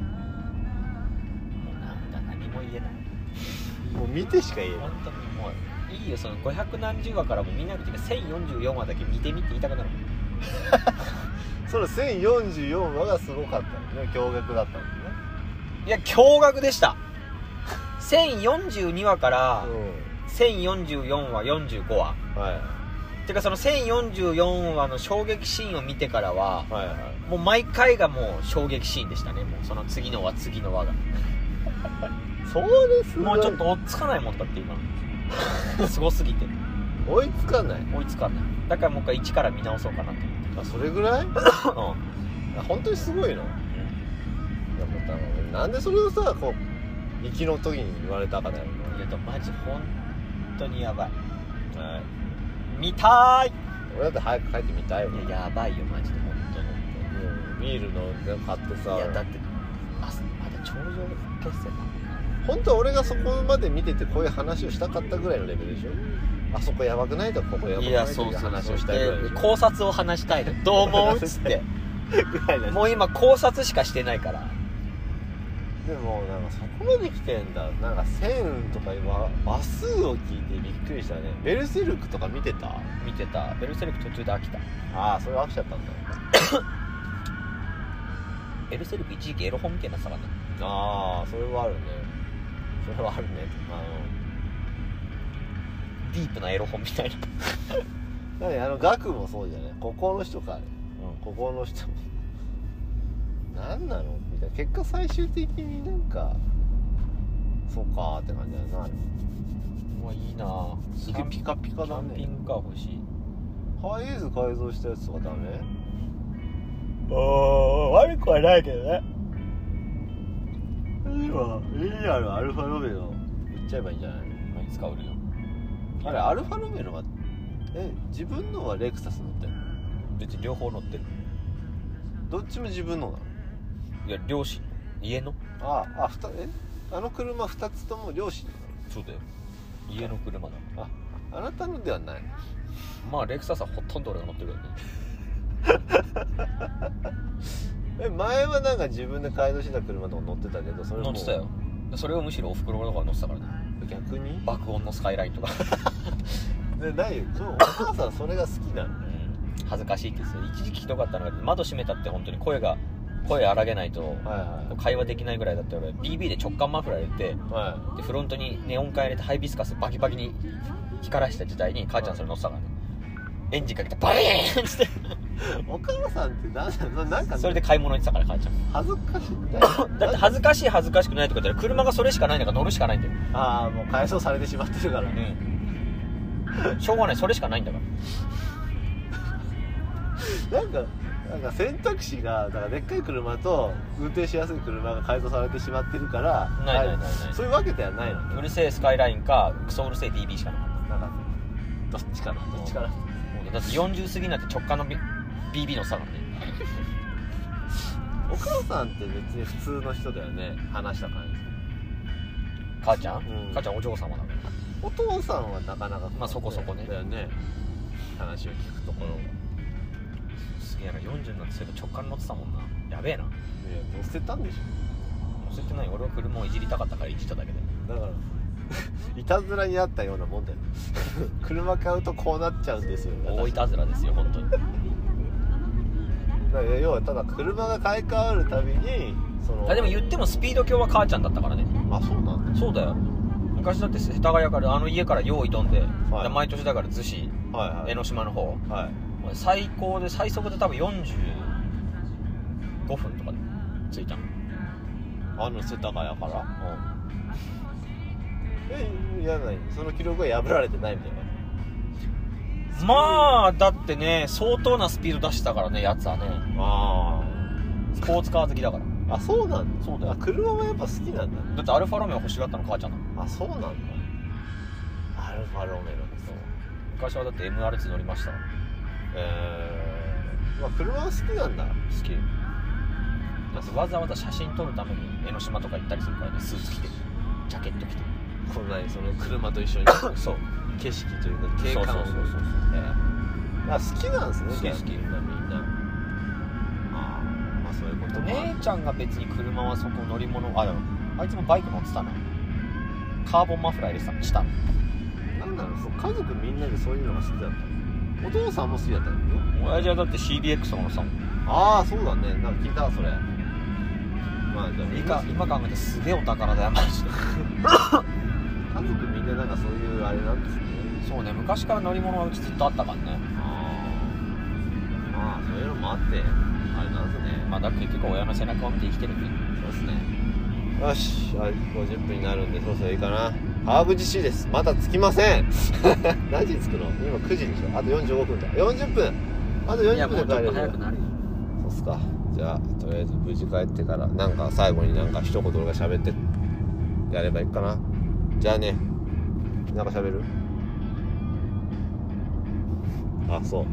Speaker 2: もうなんだ何も言えない
Speaker 1: もう見てしか言えない
Speaker 2: 本当にもういいよその500何十話からもう見なくていいから1044話だけ見てみって言いたくなるもん
Speaker 1: その1044話がすごかったのね驚愕だったのね
Speaker 2: いや驚愕でした1042話から
Speaker 1: う
Speaker 2: 1044話45話
Speaker 1: んはい
Speaker 2: てかその1044話の衝撃シーンを見てから
Speaker 1: は
Speaker 2: は
Speaker 1: いはい
Speaker 2: もう毎回がもう衝撃シーンでしたねもうその次の話次の話が
Speaker 1: そうです
Speaker 2: もうちょっと追っつかないもんだって今 すごすぎて
Speaker 1: 追いつかない
Speaker 2: 追いつかないだからもう一回一から見直そうかなと
Speaker 1: あそれぐらい
Speaker 2: 思って
Speaker 1: あ本当にすごいのいやもう多分なんでそれをさこう行きの時に言われたかだよね
Speaker 2: うんいやでもマジ本当にやばい
Speaker 1: はい
Speaker 2: 見たーい
Speaker 1: 俺だって早く帰ってみたいわ
Speaker 2: いややばいよマジで本当に
Speaker 1: うんビールの買ってさ
Speaker 2: いやだってあまだ頂上決戦
Speaker 1: 本当は俺がそこまで見ててこういう話をしたかったぐらいのレベルでしょあそこやばくないとかここやば
Speaker 2: だ
Speaker 1: くないとかいう話をしたいぐらいで
Speaker 2: で
Speaker 1: しょ
Speaker 2: 考察を話したいのどう思うっつって
Speaker 1: ぐらいなんで
Speaker 2: もう今考察しかしてないから
Speaker 1: でもなんかそこまで来てんだなんか1000とか今話数を聞いてびっくりしたねベルセルクとか見てた
Speaker 2: 見てたベルセルク途中で飽きた
Speaker 1: ああそれ飽きちゃったんだ
Speaker 2: ベルセルク一時期エロ本みたいになってたからね
Speaker 1: ああそれはあるねそれはあるねあ
Speaker 2: ディープなエロ本みたいな
Speaker 1: の何あの額もそうじゃないここの人かあれ、
Speaker 2: うん
Speaker 1: ここの人も何なのみたいな結果最終的になんかそうかーって感じだな
Speaker 2: うわいいなぁ
Speaker 1: すげえピカピカ
Speaker 2: キ
Speaker 1: だ
Speaker 2: ャンピ
Speaker 1: ね
Speaker 2: ングカー欲しい
Speaker 1: ハイエーズ改造したやつとかダメ
Speaker 2: ああ悪くはないけどね
Speaker 1: 今 AR アルファロメロ売っちゃえばいいんじゃない
Speaker 2: いつか売るよ
Speaker 1: あれアルファロメロはえ自分のはレクサス乗ってる
Speaker 2: 別に両方乗ってる
Speaker 1: どっちも自分のない
Speaker 2: や両親家の
Speaker 1: のああふたえあの車2つとも両親
Speaker 2: そうだよ家の車だ
Speaker 1: なのあなたのではない
Speaker 2: まあレクサスはほとんど俺が乗ってるよね
Speaker 1: え前はなんか自分で改造してた車とか乗ってたけどそれも
Speaker 2: 乗ってたよそれをむしろおふくろとかが乗ってたからね
Speaker 1: 逆に
Speaker 2: 爆音のスカイライトが、
Speaker 1: ねないよ そうお母さんそれが好きなの
Speaker 2: 恥ずかしいって言ってた一時期ひどかったのが窓閉めたって本当に声が声荒げないと
Speaker 1: はいは
Speaker 2: 会話できないぐらいだった俺 BB で直感マフラー入れて
Speaker 1: いは
Speaker 2: でフロントにネオン管入れてハイビスカスバキバキに光らした時代に母ちゃんそれ乗ってたからねエンジンかけてバリーンっつって
Speaker 1: いお母さんって何なのなんか
Speaker 2: それで買い物行ってたから母ちゃん
Speaker 1: 恥ずかしいんだ
Speaker 2: だって恥ずかしい恥ずかしくないとか言ったら車がそれしかないんだから乗るしかないんだよ
Speaker 1: ああもう改装されてしまってるから
Speaker 2: うんしょうがないそれしかないんだから
Speaker 1: なんかなんか選択肢がだからでっかい車と運転しやすい車が改造されてしまってるから
Speaker 2: ないないないない
Speaker 1: はいそういうわけではないのね
Speaker 2: うるせえスカイラインかクソうるせえ DB しかなかっ
Speaker 1: なんかどっちかなどっちかな
Speaker 2: ただって40過ぎになって直感のビ BB の差がね
Speaker 1: お母さんって別に普通の人だよね話した感じ
Speaker 2: 母ちゃ
Speaker 1: う
Speaker 2: ん、
Speaker 1: ん
Speaker 2: 母ちゃんお嬢様だから
Speaker 1: お父さんはなかなか
Speaker 2: まあそこそこね
Speaker 1: だよね話を聞くところが、
Speaker 2: うんすげえな40になってそれで直感乗ってたもんなやべえな
Speaker 1: ね乗せたんでし
Speaker 2: 乗せてない俺は車をいじりたかったからいじっただけで
Speaker 1: ょだからいたずらにあったようなもんだよ 車買うとこうなっちゃうんですよ
Speaker 2: 大いたずらですよ本当に
Speaker 1: だから要はただ車が買い替わるたびにその
Speaker 2: あでも言ってもスピード強は母ちゃんだったからね
Speaker 1: あそうなんだ
Speaker 2: そうだよ昔だって世田谷からあの家から用意どんで、
Speaker 1: はい
Speaker 2: 毎年だから逗子
Speaker 1: はいはい
Speaker 2: 江ノ島の方
Speaker 1: はい
Speaker 2: 最高で最速で多分45分とかで着いたの
Speaker 1: あの世田谷からえいやないその記録は破られてないみたいな
Speaker 2: まあだってね相当なスピード出してたからねやつはね
Speaker 1: あ
Speaker 2: スポーツカー好きだから
Speaker 1: ああそうなんだそうだ車はやっぱ好きなんだね
Speaker 2: だってアルファロメオ欲しがったの母ちゃんの
Speaker 1: あそうなんだアルファロメロそう
Speaker 2: 昔はだって MR2 乗りました好
Speaker 1: えー、まあ車は好きなんだ
Speaker 2: きだってわざわざ写真撮るために江ノ島とか行ったりするからねスーツ着てジャケット着て
Speaker 1: こんなにその車と一緒 に
Speaker 2: そう
Speaker 1: 景色というか景観を
Speaker 2: そうそうそうそう
Speaker 1: えーあ好きなんですね
Speaker 2: 好き好き
Speaker 1: みんなみんなあーまあそういうことか
Speaker 2: 姉ちゃんが別に車はそこ乗り物あでもあいつもバイク乗ってたなカーボンマフラー入れてたのした
Speaker 1: なんだろうそう家族みんなでそういうのが好きだったお父さんも好きだったの
Speaker 2: 親父はだって CBX のさ
Speaker 1: ああそうだねなんか聞いたわそれまあじゃあみんな
Speaker 2: 今今考えてすげえお宝だよマジで
Speaker 1: 家族みんななんかそういうあれなんですね
Speaker 2: そうね昔から乗り物はうちずっとあったからね
Speaker 1: ああまあそういうのもあってあれなんですね
Speaker 2: まあだから結局親の背中を見て生きてるんで
Speaker 1: そうですねよしはい50分になるんでそろそろいいかなハーブ GC ですまだ着きません 何時に着くの今9時でしょあと45分だ40分あと
Speaker 3: いや
Speaker 1: 40
Speaker 3: もうち
Speaker 1: 分
Speaker 3: ょっ
Speaker 1: で帰れ
Speaker 3: と
Speaker 1: る
Speaker 3: 早くなるよ
Speaker 1: そうっすかじゃあとりあえず無事帰ってからなんか最後になんか一言俺が喋ってやればいいかなじゃあねなんか喋るあそう